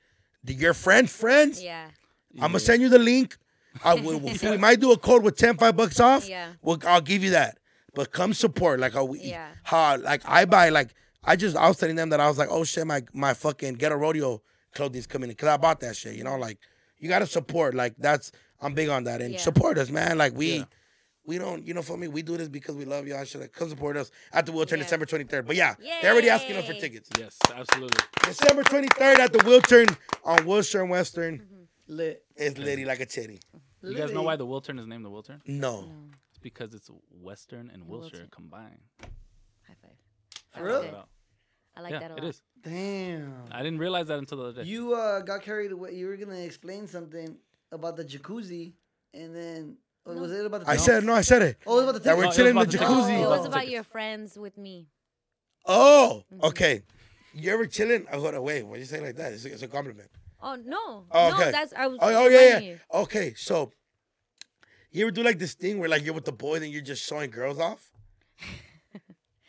the, your friend friends, yeah. I'm gonna send you the link. I will, we might do a code with 10, 5 bucks off. Yeah. We'll, I'll give you that. But come support like how we Yeah. how like I buy like I just I was telling them that I was like, oh shit, my my fucking ghetto rodeo clothing's coming in. Cause I bought that shit. You know, like you gotta support. Like that's I'm big on that. And Yeah. support us, man. Like we Yeah. we don't, you know, for me, we do this because we love y'all. Should come support us at the Wiltern Yeah. December 23rd. But yeah, they're already asking us for Yay. tickets. Yes, absolutely. December 23rd at the Wiltern on Wilshire and Western. Mm-hmm. Lit. It's litty like a titty. You guys know why the Wiltern is named the Wiltern? No. It's because it's Western and Wilshire Wilton. combined. High five. For real? it. I like yeah, that a lot. it is. Damn. I didn't realize that until the other day. You uh, got carried away. You were gonna explain something about the jacuzzi, and then oh, was it about the? I tickets? said no, I said it. Oh, it was about the That tickets. we're No, it was chilling in about the the Oh, tickets. jacuzzi. it Oh. was about your Tickets. friends with me. Oh, okay. You ever chilling? Oh, hold on, wait. What you say like that? It's, it's a compliment. Oh no. Oh, No, okay. that's I was. Oh, oh, yeah, reminding yeah. you. Okay, so you ever do like this thing where like you're with the boys and you're just showing girls off?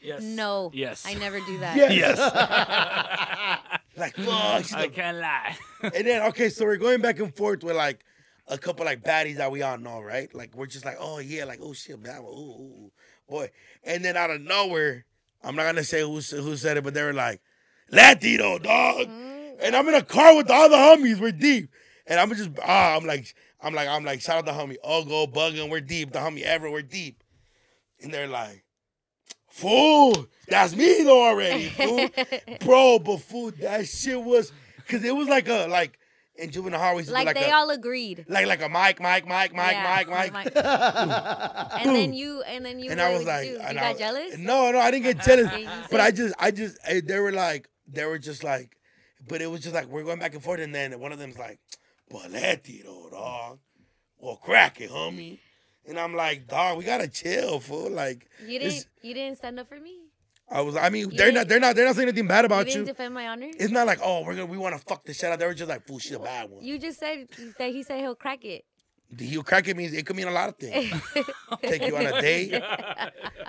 Yes. No. Yes. I never do that. Yes. like fuck. she's I like- can't lie. and then okay, so we're going back and forth with like a couple like baddies that we all know, right? Like we're just like, oh yeah, like oh shit, bad, ooh, ooh, ooh, boy. And then out of nowhere, I'm not gonna say who s- who said it, but they were like, Mm-hmm. Latino dog. And I'm in a car with all the homies. We're deep, and I'm just ah, I'm like I'm like, I'm like, shout out the homie. Oh, go bugging. We're deep. The homie ever. We're deep. And they're like, fool, that's me though already, fool. Bro, but fool, that shit was, cause it was like a like in juvenile hall we used to do Like, like they a all agreed. like like a mic, mic, mic, mic, Yeah, mic, mic. and then you and then you. And what I was would you like, do? you and got I was- jealous. No, no, I didn't get jealous. Okay, you but I said- just, I just, I, they were like, they were just like, but it was just like we're going back and forth, and then one of them's like, "But let it, oh, dog, well, crack it, homie." And I'm like, dog, we gotta chill, fool. Like, Mm-hmm. You this- didn't. You didn't stand up for me. I was, I mean, they're didn't- not, they're not, they're not saying anything bad You about you. didn't defend my honor. It's not like, oh, we're gonna, we want to fuck the shit out. They were just like, fool, she's a bad one. You just said that he said he'll crack it. He'll crack it means it could mean a lot of things. Take you on a date.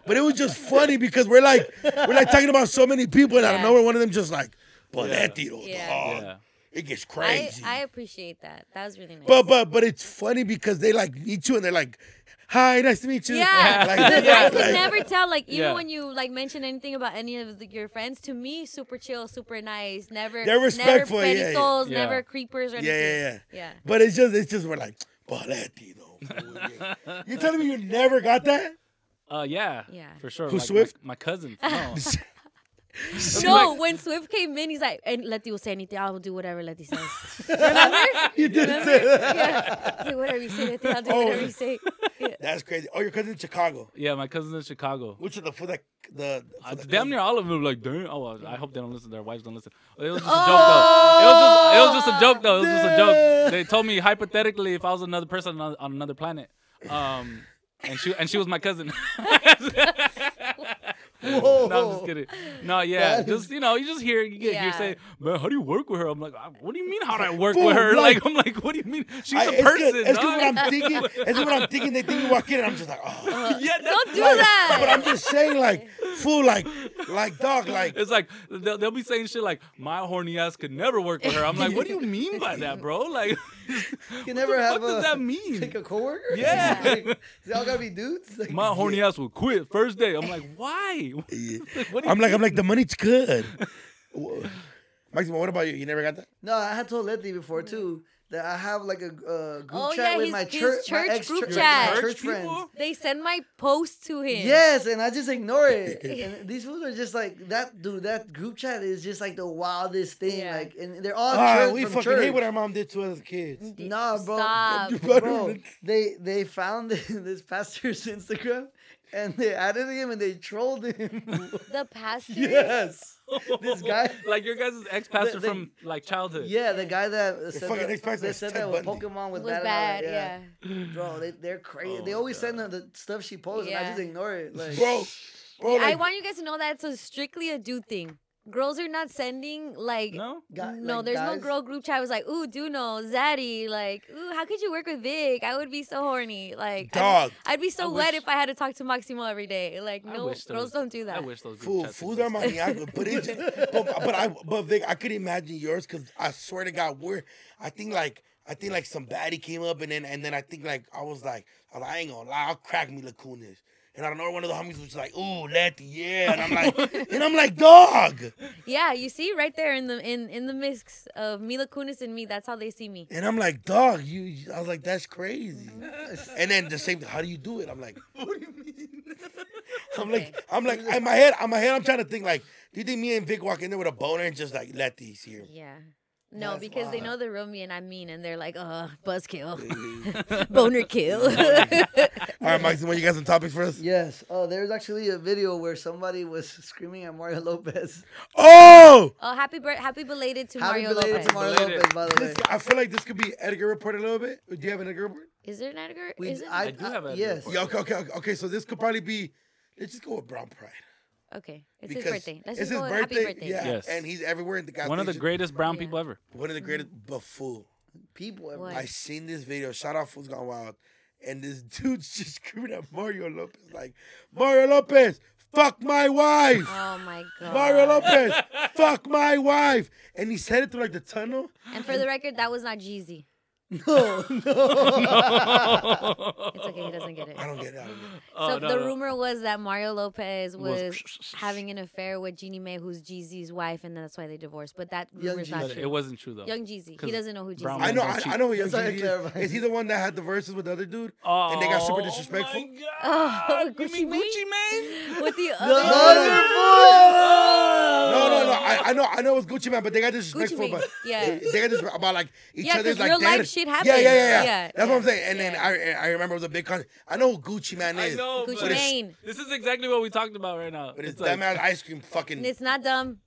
But it was just funny because we're like we're like talking about so many people and out of Yeah. nowhere one of them just like, but Yeah. that deal, Yeah. dog, Yeah. it gets I, crazy. I appreciate that. That was really nice. but but but it's funny because they like meet you and they're like, hi, nice to meet you. Yeah, Like, because I could like- never tell. Like even Yeah. when you like mention anything about any of the, your friends, to me, super chill, super nice. Never, They're respectful, Never yeah, yeah. penitos, Yeah. never creepers or Yeah, anything. yeah, yeah. yeah. But it's just it's just we're like, but that deal. You're telling me you never got that? Uh, yeah. Yeah. For sure. Who, like my- Swift? My, cousin. No. No, when Swift came in, he's like, and Letty will say anything. I'll do whatever Letty says. You didn't say that. yeah. Hey, whatever you say, Letty, I'll do whatever you say. Yeah. That's crazy. Oh, your cousin in Chicago. yeah, my cousin's in Chicago. Which of the food that the Uh, fool that- damn near all of them like, damn. Oh, I hope they don't listen. Their wives don't listen. It was just a joke though. It was just, it was just a joke though. It was just a joke. They told me hypothetically if I was another person on, on another planet, um, and she and she was my cousin. Whoa. No, I'm just kidding. No, yeah, That just you know, you just hear you get Yeah. here say, man, how do you work with her? I'm like, "I- what do you mean? How do I work Fool, with her? like- Like, I'm like, what do you mean? She's I- a it's 'cause- person. It's because dog." what I'm thinking. It's what I'm thinking. They think you walk in, and I'm just like, oh. yeah, that's Don't do Like, that. But I'm just saying, like, fool, like, like, dog, like, It's like they'll, they'll be saying shit like my horny ass could never work with her. I'm like, what do you mean by that, bro? Like, You can never the have fuck a, does that mean? Like a coworker? Yeah. like, they all gotta be dudes. Like, my horny ass will quit first day. I'm like, why? What do you I'm like, I'm like, the money's good. Wha- Maximo, what about you? You never got that? No, I had told Letty before too that I have like a uh, group Oh, chat yeah, with his- my his church, my church ex- group church, chat. my Church church friends. people? They send my post to him. Yes, and I just ignore it. and these fools are just like that dude. That group chat is just like the wildest thing. Yeah. Like, and they're all Ah, Oh, church we from fucking church. hate what our mom did to us as kids. Nah, bro. Stop. Bro, they they found this pastor's Instagram and they added him and they trolled him. The pastor. yes. This guy- like your guys' ex pastor The- the- from like childhood. Yeah, the guy that said fucking that, ex-pastor they is said Ted that with Bundy. Pokemon was, was bad. bad. and all Yeah. that, Bro, they, they're crazy. they always send them the stuff she posts and I Yeah. just ignore it. Like, Oh, Bro, bro, I like, want you guys to know that's a strictly a dude thing. Girls are not sending like No. guy- no, like, there's guys- no girl group chat. I was like, ooh, Duno, Zaddy, like, ooh, how could you work with Vic? I would be so horny. Like, I'd- Dog. I'd, be so I wet wish- if I had to talk to Maximo every day. Like, I no, wish girls those- don't do that. I wish those fool, group chats fools are existed. maniacal. But it just, but, but I, but Vic, I could imagine yours because I swear to God, we're, I think like, I think like some baddie came up and then, and then I think like, I was like, I, was like, I ain't gonna lie, I'll crack me lacunas. And I don't know, one of the homies was like, ooh, Letty, yeah. And I'm like, and I'm like, dog. yeah, you see right there in the in in the mix of Mila Kunis and me. That's how they see me. And I'm like, dog, you, you- I was like, that's crazy. And then the same thing, how do you do it? I'm like, what do you mean? I'm like, I'm like, in my head, in my head, I'm trying to think like, do you think me and Vic walk in there with a boner and just like, let these here? Yeah. No, That's because they wild. know the real me and I'm mean, and they're like, uh, buzzkill, boner kill. All right, Mike, what you got some topics for us? Yes. Oh, there's actually a video where somebody was screaming at Mario Lopez. Oh, oh, happy bir- happy belated to Happy Mario belated Lopez. to Mario Belated. Lopez, by the way. this, I feel like this could be Edgar report a little bit. Do you have an Edgar report? Is there an Edgar? We- Is it? I, I do have a yes. report. Yeah, okay, okay, okay, okay. So this could probably be. Let's just go with Brown Pride. okay, it's his birthday. Let's it's just go his with happy birthday. Yeah, Yes. and he's everywhere in the gas One of the station. greatest brown Yeah. people ever. One of the greatest. But fool, People. What? I seen this video. Shout out Fool's Gone Wild, and this dude's just screaming at Mario Lopez like, Mario Lopez, fuck my wife. Oh my god. Mario Lopez, fuck my wife. And he said it through like the tunnel. And for the record, that was not Jeezy. No, no. It's okay. He doesn't get it. I don't get it. I don't get it. So Oh, no, the no. rumor was that Mario Lopez was, Was- having an affair with Jeannie Mae, who's Jeezy's wife, and that's why they divorced. But that Young rumor's Jeezy. not But true. it wasn't true though. Young Jeezy. He Oh. 'cause doesn't know who Jeezy Brown is. I know, don't I, cheat. I know who Young That's how I Jeezy is. clarify. Is he the one that had the verses with the other dude? Oh, and they got super my disrespectful? God. Oh, you Gucci mean Mane? Gucci Mane? With the The other. other fool! No, no, no. I, I know, I know it was Gucci Man, but they got disrespectful. Mane, But yeah. they, they got disrespectful about like each Yeah, 'cause other's like real life dad- shit Yeah, happened. yeah, yeah, yeah. Yeah, That's what I'm yeah, saying. And yeah. then I, I remember it was a big con. I know who Gucci Man I is. know. Gucci but it's- Mane. This is exactly what we talked about right now. But it's, like, dumbass ice cream fucking. And it's not dumb.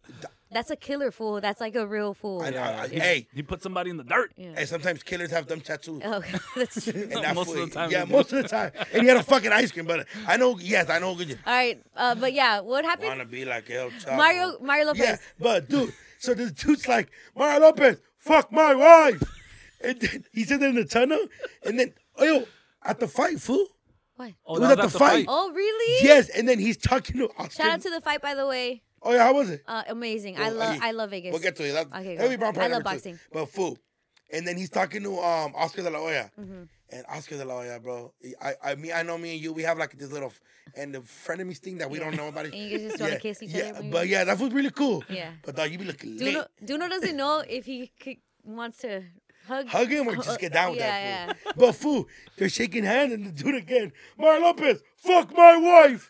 That's a killer fool. That's like a real fool. I know. yeah, I- he- hey. he put somebody in the dirt. Yeah. And sometimes killers have dumb tattoos. Oh, that's true. And that Most of the fool- time Yeah, they do. most of the time. And he had a fucking ice cream, but I know. Yes, I know. who Gucci. All right, uh, but yeah, what happened? Wanna be like El Chapo. Mario Mario Lopez. Yeah, but dude, so this dude's like, Mario Lopez, fuck my wife. And then he said that in the tunnel. And then, oh, yo, at the fight, fool. What? Oh, It that was at the fight. Oh, really? Yes, and then he's talking to Austin. Shout out to the fight, by the way. oh, yeah, how was it? Uh, amazing. I Well, love hey, I love Vegas. We'll get to it. That, Okay, okay, go. that'll be brown I part love number two. boxing. But fool. And then he's talking to um Oscar De La Hoya. Mm-hmm. And Oscar De La Hoya, bro. I, I me I know me and you, we have like this little f- and the frenemies thing that we don't know about it. And you guys just wanna Yeah, kiss each yeah, other when But you- yeah, that was really cool. Yeah. But dog, you be looking lit. Duno, Duno doesn't know if he could, wants to hug. hug him or Uh, just get down with yeah, that fool. But fool, they're shaking hands and the dude again, Mario Lopez, fuck my wife.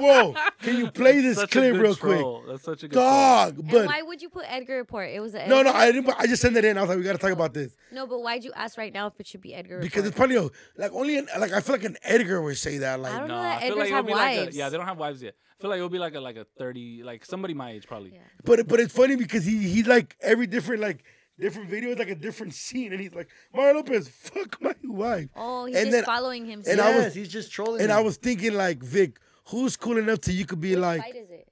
Whoa, can you play this Such a clip good real troll. That's such a quick? good troll. Dog, And but why would you put Edgar report? It was a no, no, Edgar- I didn't. But I just sent it in. I was like, we gotta talk about this no. But why'd you ask right now if it should be Edgar? because it's report? probably a, like only an, like I feel like an Edgar would say that. Like, I don't know Nah, that I feel Edgar's like it'll have be like a- wives. yeah, they don't have wives yet. I feel like it'll be like a like a thirty, like somebody my age probably. Yeah. but but it's funny because he he like every different like different video is like a different scene, and he's like Mario Lopez, fuck my wife. Oh, he's and just then- following him. and so I yes, was- he's just trolling. And I him. was thinking like Vic, who's cool enough to you could be which like, fight is it?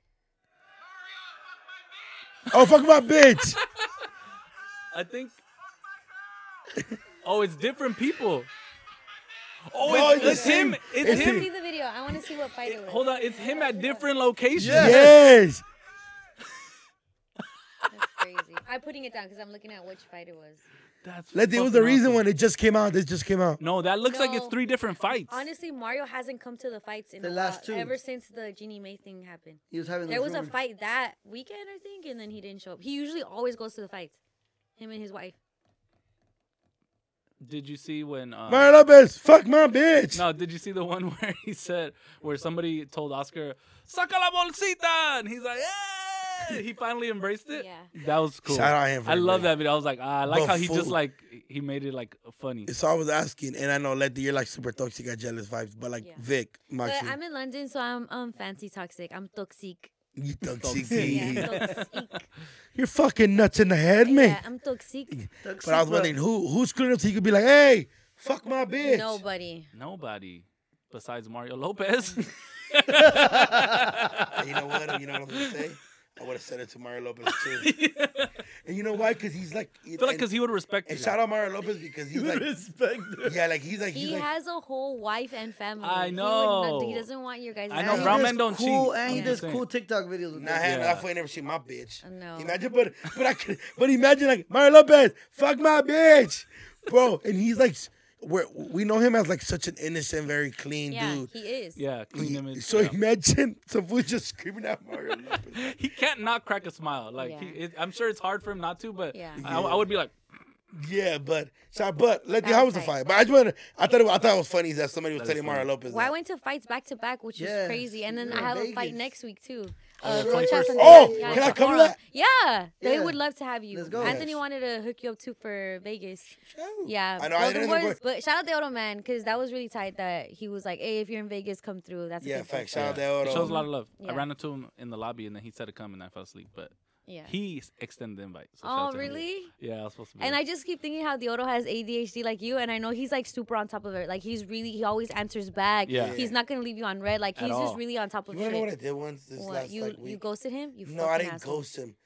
oh fuck my bitch. I think. oh, it's different people. Oh, No, it's it's, the it's him. same- It's, it's him. See the video. I want to see what fight it was. Hold on, it's him at different locations. Yeah. Yes. That's crazy. I'm putting it down because I'm looking at which fight it was. That's Like, it was fucking the reason awesome. when it just came out. This just came out. No, that looks like it's No. three different fights. Honestly, Mario hasn't come to the fights in The a last while, two. ever since the Jeannie May thing happened. He was having. There those was a rumors. fight that weekend, I think, and then he didn't show up. He usually always goes to the fights. Him and his wife. Did you see when? Uh, Mario Lopez, fuck my bitch. No, did you see the one where he said where somebody told Oscar "saca la bolsita" and he's like, "Yeah!" He finally embraced it. Yeah. that was cool. Shout out him for I love embracing. that video. I was like, ah, I like But how he just fool. like he made it like funny. So I was asking, and I know Letty, you're like super toxic, got jealous vibes, but like Yeah. Vic, But Moxie, I'm in London, so I'm um fancy toxic. I'm toxic. you toxic. Yeah, toxic. You're fucking nuts in the head, man. yeah, I'm toxic. Tuxedo But I was Brown. wondering who who's cool enough so you could be like, hey, fuck my bitch. Nobody. Nobody besides Mario Lopez. And Uh, you know what? You know what I'm gonna say? I would have said it to Mario Lopez too. And you know why? Because he's like, I feel like because he would respect. and you. shout out Mario Lopez because he's like, Respect. yeah, like he's like, he's He like, has a whole wife and family. I He would not- He, know. doesn't want your guys. I know, And to he brown does men don't cool, cheat. And he Yeah. does Saying. cool TikTok videos with Nah, hell, Yeah. that's why I never seen my bitch. No. Imagine, but but I could, but imagine like Mario Lopez, fuck my bitch, bro. And he's like, we we know him as like such an innocent, very clean Yeah, dude. he is. Yeah, clean image. So yeah. imagine some fool just screaming at Mario Lopez. he can't not crack a smile. Like Yeah. he, it, I'm sure it's hard for him not to, but Yeah. I, I would be like, Yeah, but so but let That how was was the tight. fight? But I just wanted, I thought it, I thought it was funny that somebody was That is telling Mario funny. Lopez. Well, I that. went to fights back to back, which Yeah. is crazy. And then I Yeah, have a fight Vegas. next week too. the Uh, 21st. Rochas Oh, Andrade, can I come to tomorrow. that? Yeah, they Yeah. would love to have you. Let's go. Anthony Yes. wanted to hook you up too for Vegas. Shout. Yeah, I know, I Golden didn't even Boys- go- but shout out the Auto Man because that was really tight. That he was like, "Hey, if you're in Vegas, come through." That's a Yeah, good facts. thing. Shout out to it shows a lot Eldo. of love. Yeah. I ran into him in the lobby and then he said to come and I fell asleep, but Yeah. he s- extended the invite. So shout out oh, to him. really? Yeah, I was supposed to be. And there. I just keep thinking how Deodo has ADHD like you, and I know he's like super on top of it. Like he's really, he always answers back. Yeah. He's not gonna leave you on red. Like At he's just all. really on top of You wanna shit. know what I did once this What, last you like, you week? ghosted him? You No, fucking I didn't asshole. ghost him.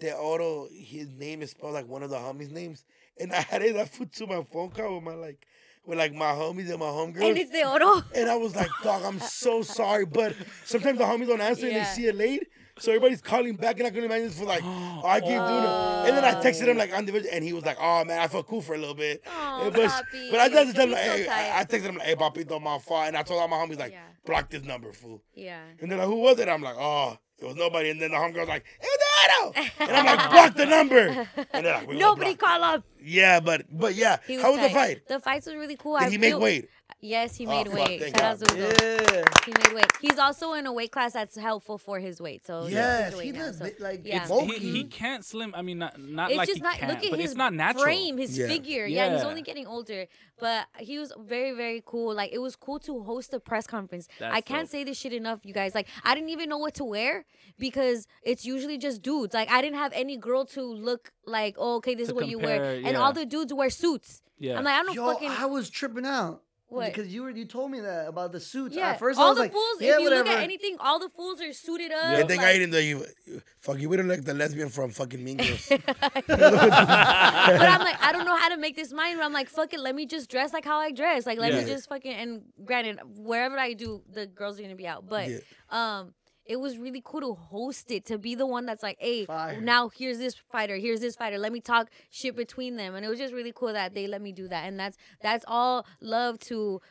The auto, his name is spelled like one of the homies' names, and I had it. I put to my phone call with my like, with like my homies and my And homegirls, it's Deodo. and I was like, "Dog, I'm so sorry, but sometimes the homies don't answer Yeah. and they see it late." So everybody's calling back, and I couldn't imagine this for like, oh, I keep doing it. And then I texted him like on the and he was like, oh man, I felt cool for a little bit. Oh. Aw, Eh, but, papi, but I you're just tell him, so like, hey, tight. I, I texted him like, hey, papito, my fault, and I told all my homies like, Yeah. block this number, fool. Yeah. And they're like, who was it? I'm like, oh, it was nobody. And then the homegirl's like, Eduardo! And I'm like, block the number. And they're like, we gonna Nobody block. call up. Yeah, but but yeah, He how was the tight. fight? The fights was really cool. Did I he make feel- weight? Yes, he Oh, made fuck, weight. thank Shout God. out to Uzo. Yeah. He made weight. He's also in a weight class that's helpful for his weight. So he's losing Yes, weight he now, looks so- bit like yeah. He, bulky. he can't slim. I mean, not not it's like just he not. can, look at but his it's not natural. frame, his Yeah. figure. Yeah. he's Yeah. only getting older. But he was very, very cool. Like it was cool to host a press conference. That's I can't dope. say this shit enough, you guys. Like I didn't even know what to wear because it's usually just dudes. Like I didn't have any girl to look like. Oh, okay, this is To what you compare, wear, and all yeah. the dudes wear suits. Yeah. I'm like, I don't Yo, fucking. I was tripping out. What? Because you were you told me that about the suits. yeah, At first all I was the like, fools. yeah, if you whatever. look at anything, all the fools are suited up. Yeah. Good thing I like- didn't know you. Fuck, you would have looked the lesbian from fucking Mean Girls. but I'm like, I don't know how to make this mine. But I'm like, fuck it, let me just dress like how I dress. Like, let me Yeah. just fucking. And granted, wherever I do, the girls are gonna be out. But Yeah. um, it was really cool to host it, to be the one that's like, hey, Fire. now here's this fighter, here's this fighter. Let me talk shit between them. And it was just really cool that they let me do that. And that's that's all love to.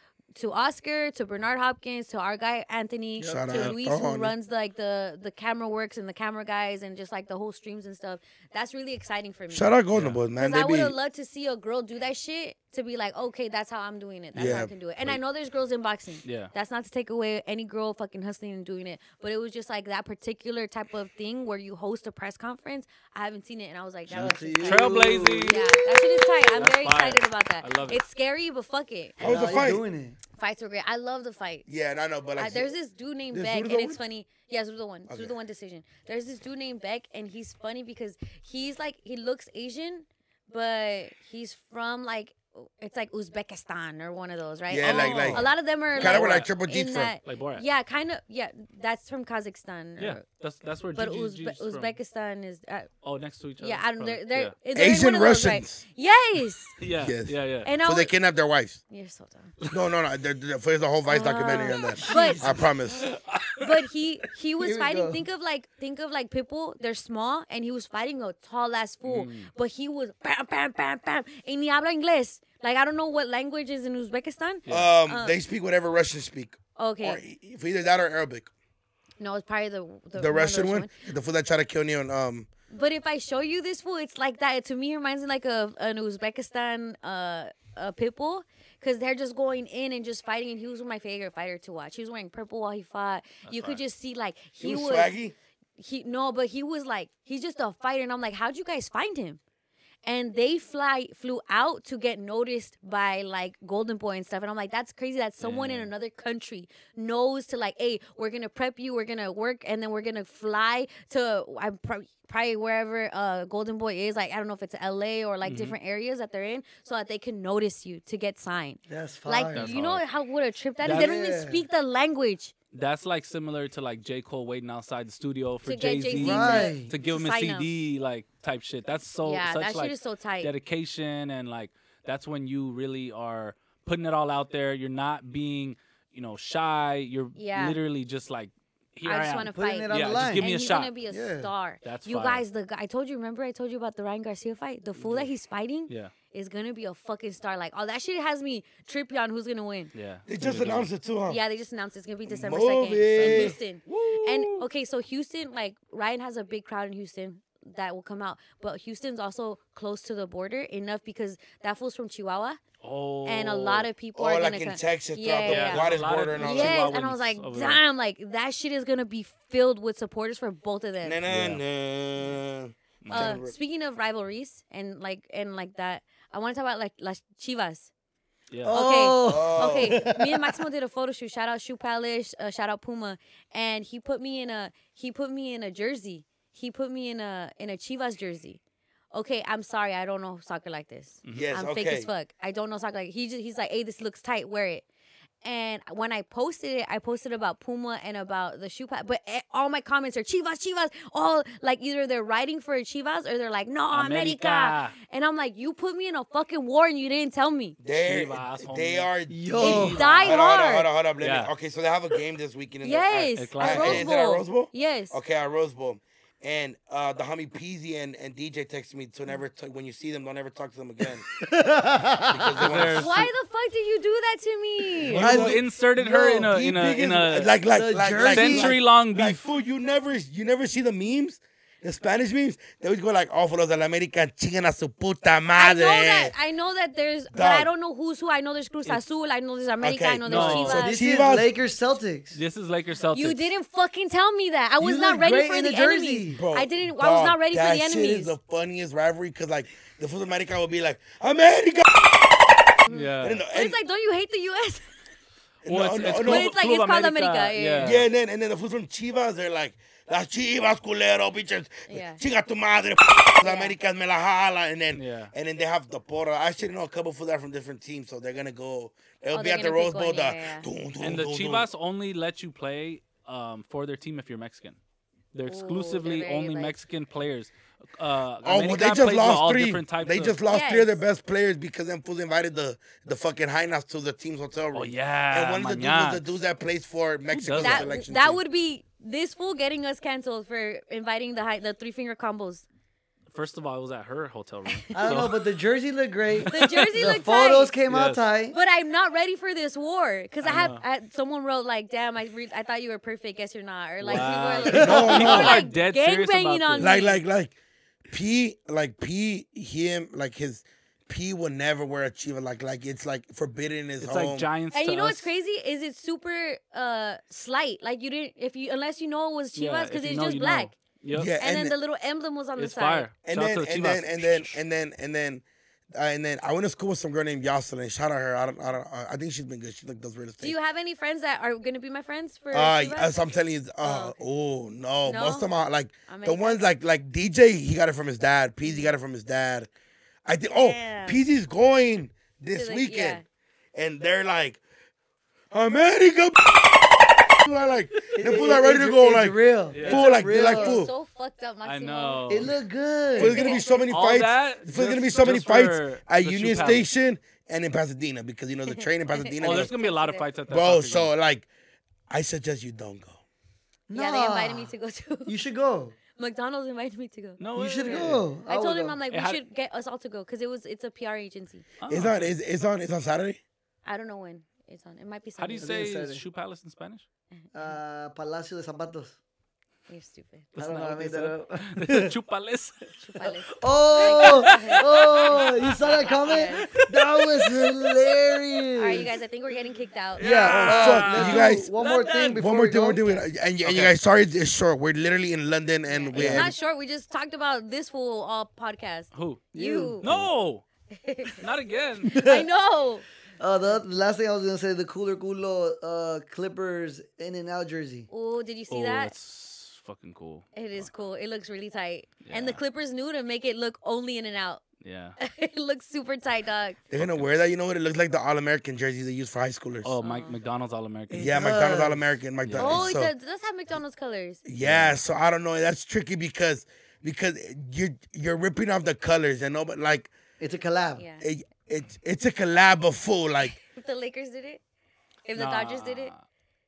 To Oscar, to Bernard Hopkins, to our guy Anthony, Shout to out Luis who Anthony. runs like the the camera works and the camera guys and just like the whole streams and stuff. That's really exciting for me. Shout out Golden Boys, man. Because They I be would have loved to see a girl do that shit to be like, okay, that's how I'm doing it. That's how I Yeah, can do it. And I know there's girls in boxing. Yeah. That's not to take away any girl fucking hustling and doing it. But it was just like that particular type of thing where you host a press conference. I haven't seen it. And I was like, that Shout was out to just you. tight. Trailblazing. Yeah, that shit is tight. I'm That's very fire. excited about that. I love it. It's scary, but fuck it. How was No, the you're fight? doing it. Fights were great. I love the fight. Yeah, and I know, but Uh, like, there's this dude named This Beck, Zurudo and one? it's funny. Yeah, Zurudo one. Okay. Zurudo one decision. There's this dude named Beck, and he's funny because he's like he looks Asian, but he's from like it's like Uzbekistan or one of those, right? Yeah, like- like- a lot of them are kind of where like, like Triple G in from. that. Like Borat. Yeah, kind of. Yeah, that's from Kazakhstan. Yeah, or- that's that's where. But Gigi's Uzbe- from. Uzbekistan is. Uh, Oh, next to each other. yeah, I don't. They're, probably. they're, they're in Asian one of those, right? Russians. Yes. Yeah. Yeah. Yes. Yeah. Yeah. And I so was, they kidnapped their wives. you're so dumb. No, no, no. There- there- There's a whole Vice documentary on that. Uh, but- I promise. but he he was Here we fighting. go. Think of like think of like people. They're small, and he was fighting a tall ass fool. Mm. But he was bam bam bam bam, and he habla inglés. Like I don't know what language is in Uzbekistan. Um, they speak whatever Russians speak, or Uh. Okay, e- if either that or Arabic. no, it's probably the the, The Russian one, the fool that tried to kill me on um, But if I show you this fool, it's like that. To me, it reminds me like of an Uzbekistan uh, uh, pit bull. Cause they're just going in and just fighting, and he was my favorite fighter to watch. He was wearing purple while he fought. you could just see like he, he was swaggy. he no, but he was like he's just a fighter, and I'm like, how'd you guys find him? And they fly flew out to get noticed by like Golden Boy and stuff, and I'm like, that's crazy that someone in another country knows to like, hey, we're gonna prep you, we're gonna work, and then we're gonna fly to I'm prob- probably wherever uh, Golden Boy is, like I don't know if it's L.A. or like different areas that they're in, so that they can notice you to get signed. That's fine. Like you know hard. how what a trip that is. They That's- don't even Yeah. speak the language That's like similar to like J Cole waiting outside the studio for to get Jay Jay Z Z to, Right. to give him a sign up. CD like type shit. That's so Yeah, such that shit like is so tight. dedication and like that's when you really are putting it all out there. You're not being you know shy. You're Yeah. literally just like here I I, just am. wanna putting fight. it on Yeah, the just line. give me and a he's gonna shot. be a Yeah. star. That's you fire. guys. The guy I told you. Remember, I told you about the Ryan Garcia fight. The fool that he's fighting Yeah. is gonna be a fucking star. Like, oh, that shit has me trippy on who's gonna win. yeah. They just announced it too, huh? Yeah, they just announced it's gonna be December Move second in it. Houston. And okay, so Houston, like Ryan has a big crowd in Houston that will come out, but Houston's also close to the border enough because that fool's from Chihuahua, Oh. and a lot of people Or are Oh, like gonna in come- Texas, Yeah, throughout the yeah. widest There's a lot border of- and all Yeah. that. Yes, and I was like, Chihuahuans over there. damn, like that shit is gonna be filled with supporters for both of them. Na, na, na. Uh, Kinda- speaking of rivalries and like and like that, I want to talk about like Las Chivas. Yeah. Oh, Okay, me and Maximo did a photo shoot. Shout out Shoe Palace. Uh, shout out Puma. And he put me in a he put me in a jersey. He put me in a in a Chivas jersey. Okay, I'm sorry, I don't know soccer like this. Yes, I'm okay. fake as fuck. I don't know soccer like he just he's like, hey, this looks tight, wear it. And when I posted it, I posted about Puma and about the shoe pack. But eh, all my comments are Chivas, Chivas. All like either they're writing for Chivas or they're like, no, America. America. And I'm like, you put me in a fucking war and you didn't tell me. They're, Chivas, they homie. are. Yo. It's die Oh. Hold on, hold on, hold hard. on, hold on. Let me- Yeah. Okay, so they have a game this weekend. In Yes, The, at uh, Rose uh, is it at Rose Bowl? Yes. Okay, at Rose Bowl. And uh, the homie Peasy and, and DJ texted me to never t- when you see them, don't ever talk to them again. Because they wanna- There's- Why the fuck did you do that to me? I You look- inserted her in Yo, a he in a big in as- a like like The like, like jersey- century long Like, beef. fool, you never you never see the memes, the Spanish memes. They always go like, "Oh, for los de la América, chingan a su puta I madre." know that. I know that there's, but Dog. I don't know who's who. I know there's Cruz Azul. I know there's America. Okay, I know no. there's So Chivas. This is Chivas- Lakers Celtics. This is Lakers Celtics. You didn't fucking tell me that. I was You not look ready great for in the, the jersey. enemies. Bro, I didn't. I was dog, not ready for the that Shit is enemies. the funniest rivalry because like the fool de America would be like, "America." Yeah. And, But it's like, don't you hate the U.S.? Well, No, it's, it's, no, Club- no. It's like Club it's called America. America, yeah, Yeah. yeah, and then and then the fool from Chivas, they're like, "Las Chivas, culero, bitches, Yeah. chinga tu madre." Las Americas me la jala, and then Yeah. and then they have the porra. I should know a couple fools that are from different teams, so they're gonna go. They'll Oh, be they're at the gonna be Rose Bowl. going, the yeah, yeah. dun, dun, And the dun, dun. Chivas only let you play um, for their team if you're Mexican. They're exclusively very, only like- Mexican players. Uh, Oh, well, America they plays just with lost all three. different types They of- just lost three of their Yes. best players because them fools invited the the fucking hyenas to the team's hotel room. Oh yeah, And one of the dudes was the mañana. dudes that plays for Mexico does That selection. that team. would be this fool getting us canceled for inviting the high, the three finger combos. First of all, I was at her hotel room. I Oh, don't know, but the jersey looked great. The jersey the looked photos tight. came out Yes. tight. But I'm not ready for this war because I, I had know. I, had- someone wrote like, "Damn, I re- I thought you were perfect. Guess you're not." Or like, Wow. people are like, No, people no. are People are like dead serious gangbanging about on me. like this. like like P like P him like his P will never wear a Chiva like like it's like forbidden in his It's home. like Giants. And to you know us. what's crazy is it's super uh slight. Like you didn't if you unless you know it was Yeah, Chivas if because you it's know, just you know. black. Yep. Yeah, And, then the little emblem was on it's the side. fire. and Shout then out to the and Chivas. then and then and then and then uh, and then I went to school with some girl named Jocelyn. Shout out her. I don't. I don't. uh, I think she's been good. She like does real estate. Do you have any friends that are gonna be my friends for Uh, Chivas? as I'm telling you, uh, oh, no. No? most of my like the America? ones like like DJ, he got it from his dad. Peasy got it from his dad. I think. Oh, Damn. Peasy's going this To the- weekend, and they're like, America. I like the fools are ready to It's- go. it's Like real. fool, like real. like It fool. was so fucked up, Maximo. I know. It looked There's good. gonna be so many All fights. that There's gonna be just- so many just for fights at the shoe Union palace. Station and in Pasadena because you know the train in Pasadena. Oh, goes- there's gonna be a lot of fights at that. bro, soccer so game. like, I suggest you don't go. Yeah, they invited me to go to You should go. McDonald's invited me to go. no, You way. should go. I would told him go. I'm like, It we had- should get us all to go because it was it's a PR agency. Oh. It's on. It's, it's on. It's on Saturday. I don't know when it's on. It might be How Sunday. do you think it's say Saturday. shoe palace in Spanish? uh, Palacio de Zapatos. You're stupid. I That's don't know. not I what they made that up. said. They said Chupales. Chupales. Oh, oh! You saw that comment? That was hilarious. all right, you guys. I think we're getting kicked out. uh, Yeah. Ah, fuck, let's you do guys- One more thing before One more we thing go. we're doing, and, and you guys, sorry, it's short. We're literally in London, and we It's not short. We just talked about this fool all podcast. Who? You. No. Not again. I know. Uh, the, the last thing I was gonna say, the cooler culo uh, Clippers in and out jersey. Oh, did you see oh, that? that's fucking cool. It is cool. It looks really tight. And the Yeah. Clippers knew to make it look only in and out. Yeah. it looks super tight, dog. they're gonna wear that. You know what? It looks like the All American jerseys they use for high schoolers. Oh, Mike McDonald's All American. yeah, does. McDonald's All American. McDonald's. Oh, it so, does, it does have McDonald's colors. Yeah, so I don't know. That's tricky because because you're you're ripping off the colors, and nobody like It's a collab. Yeah. it, it it's a collab of fool. Like If the Lakers did it, if the Dodgers did it,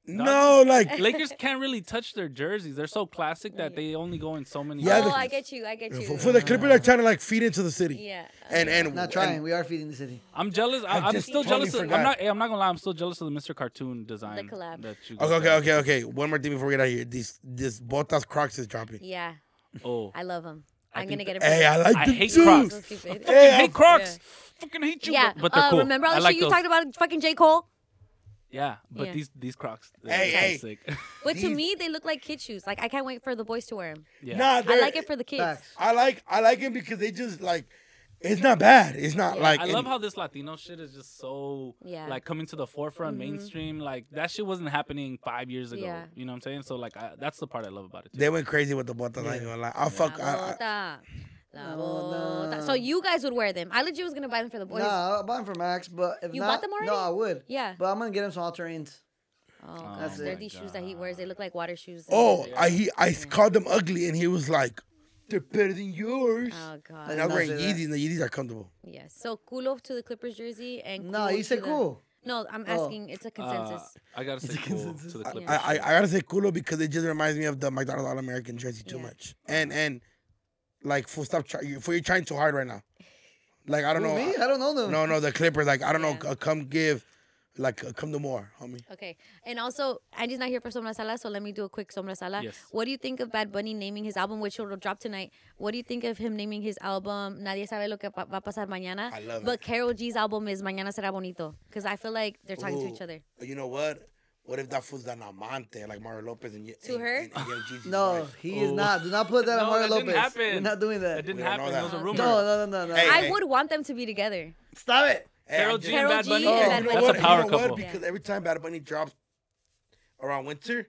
Nah. no, like Lakers can't really touch their jerseys. They're so classic that they only go in so many. Yeah, oh, the- I get you. I get you. for, for the Clippers are trying to like feed into the city. yeah. and and Not trying. We are feeding the city. I'm jealous. I, I I'm just still totally jealous. Of, forgot. I'm not. hey, I'm not gonna lie. I'm still jealous of the Mr. Cartoon design. collab. That you And, guys okay, have. okay, okay, okay. One more thing before we get out of here. This this Botas Crocs is dropping. Yeah. Oh, I love them. I'm think gonna get a. Hey, I like I the hate too. Crocs. So stupid. I Hey, hate I'm- Crocs. Fucking hate you. Yeah. But, but they're uh, cool. Remember all I the like shit you those. talked about fucking J. Cole? Yeah, but Yeah. these these Crocs. they're Hey, hey. sick. But to These- me, they look like kid shoes. Like I can't wait for the boys to wear them. yeah. Nah, I they're- like it for the kids. Facts. I like I like it because they just like it's not bad. It's not like I love and- how this Latino shit is just so Yeah. like coming to the forefront, mainstream. Like that shit wasn't happening five years ago. Yeah. You know what I'm saying? So like I, that's the part I love about it. Too. they went crazy with the botas. I ain't gonna lie. I fuck. I, I, La bota. La No, bota. no. So you guys would wear them. I legit was gonna buy them for the boys. Nah, I'll buy them for Max, but if You bought not, them already? no, I would. Yeah. But I'm gonna get him some all terrains. Oh, gosh. That's They're it. these shoes that he wears. They look like water shoes. Oh, I he I called them ugly, and he was like, "They're better than yours." Oh and god. I'm not wearing say that. Yeezys, and the Yeezys are comfortable. Yes. So cool off to the Clippers jersey and No, you to said the- cool. No, I'm Oh. asking. It's a Uh, consensus. I gotta say cool to the Clippers. I, I, I gotta say culo because it just reminds me of the McDonald's All American jersey too Yeah. much. And and like full stop try you for you're trying too hard right now. Like I don't Who, know. me? I don't know them. No, no, the Clippers. Like I don't know. Yeah. uh, Come give, like uh, come to more, homie. Okay. And also, Andy's not here for Somra Sala, so let me do a quick Somra Sala. Yes. What do you think of Bad Bunny naming his album, which will drop tonight? What do you think of him naming his album, Nadie Sabe Lo Que pa- Va a Pasar Mañana? I love it. But Carol G's album is Mañana Será Bonito. Because I feel like they're talking to Ooh, each other. You know what? What if that fool's an amante like Mario Lopez and y- To and- her? and- and Young Jeezy's No, wife? he is Ooh. not. Do not put that Oh. on No, Mario that didn't Lopez. We're happen. not doing that. That didn't We don't know happen. that. That was a No, rumor. no, no, no, no, no. Hey, I would want them to be together. Stop it. Hey, Carol I'm G just- and Karol Bad G Bunny. Oh, and Bad you Bunny. know That's what? a You power know what? couple. Because every time Bad Bunny drops around winter,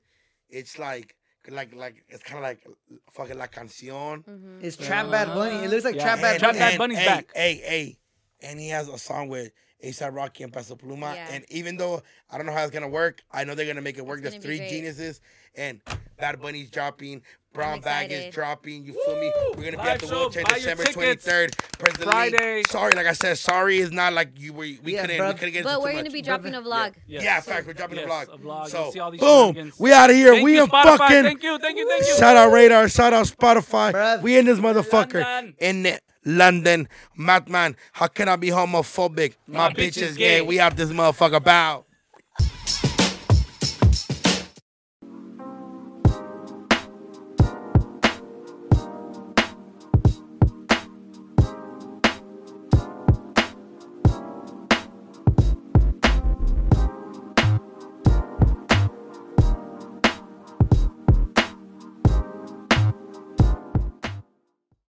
it's like like like it's kind of like fucking La Cancion. Mm-hmm. It's Trap Uh, Bad Bunny. It looks like Yeah. Trap Bad And- Bunny. Bad Bunny's hey, back. Hey, hey, and he has a song with ASAP Rocky and Peso Pluma. Yeah. And even though I don't know how it's gonna work, I know they're gonna make it work. It's There's gonna be three great. geniuses, and Bad Bunny's dropping. Brown bag excited. is dropping. You feel me? Woo! We're gonna be Live at the show, wheelchair buy your December tickets. 23rd. President Lee, Friday. Sorry, like I said, sorry is not like you were. We Yeah, couldn't. bruv. We couldn't get. into But too we're going much. to be dropping a vlog. Yes. Yeah, in fact, we're dropping Yes, a vlog. a vlog. You'll So, see all these boom, shenanigans. we out of here. Thank we you, in Spotify. fucking. Thank you, thank you, thank you. Shout out Radar. Shout out Spotify. Bruv. We in this motherfucker London. in London. Madman, how can I be homophobic? My, My bitch, bitch is is gay. gay. We out this motherfucker. Bow.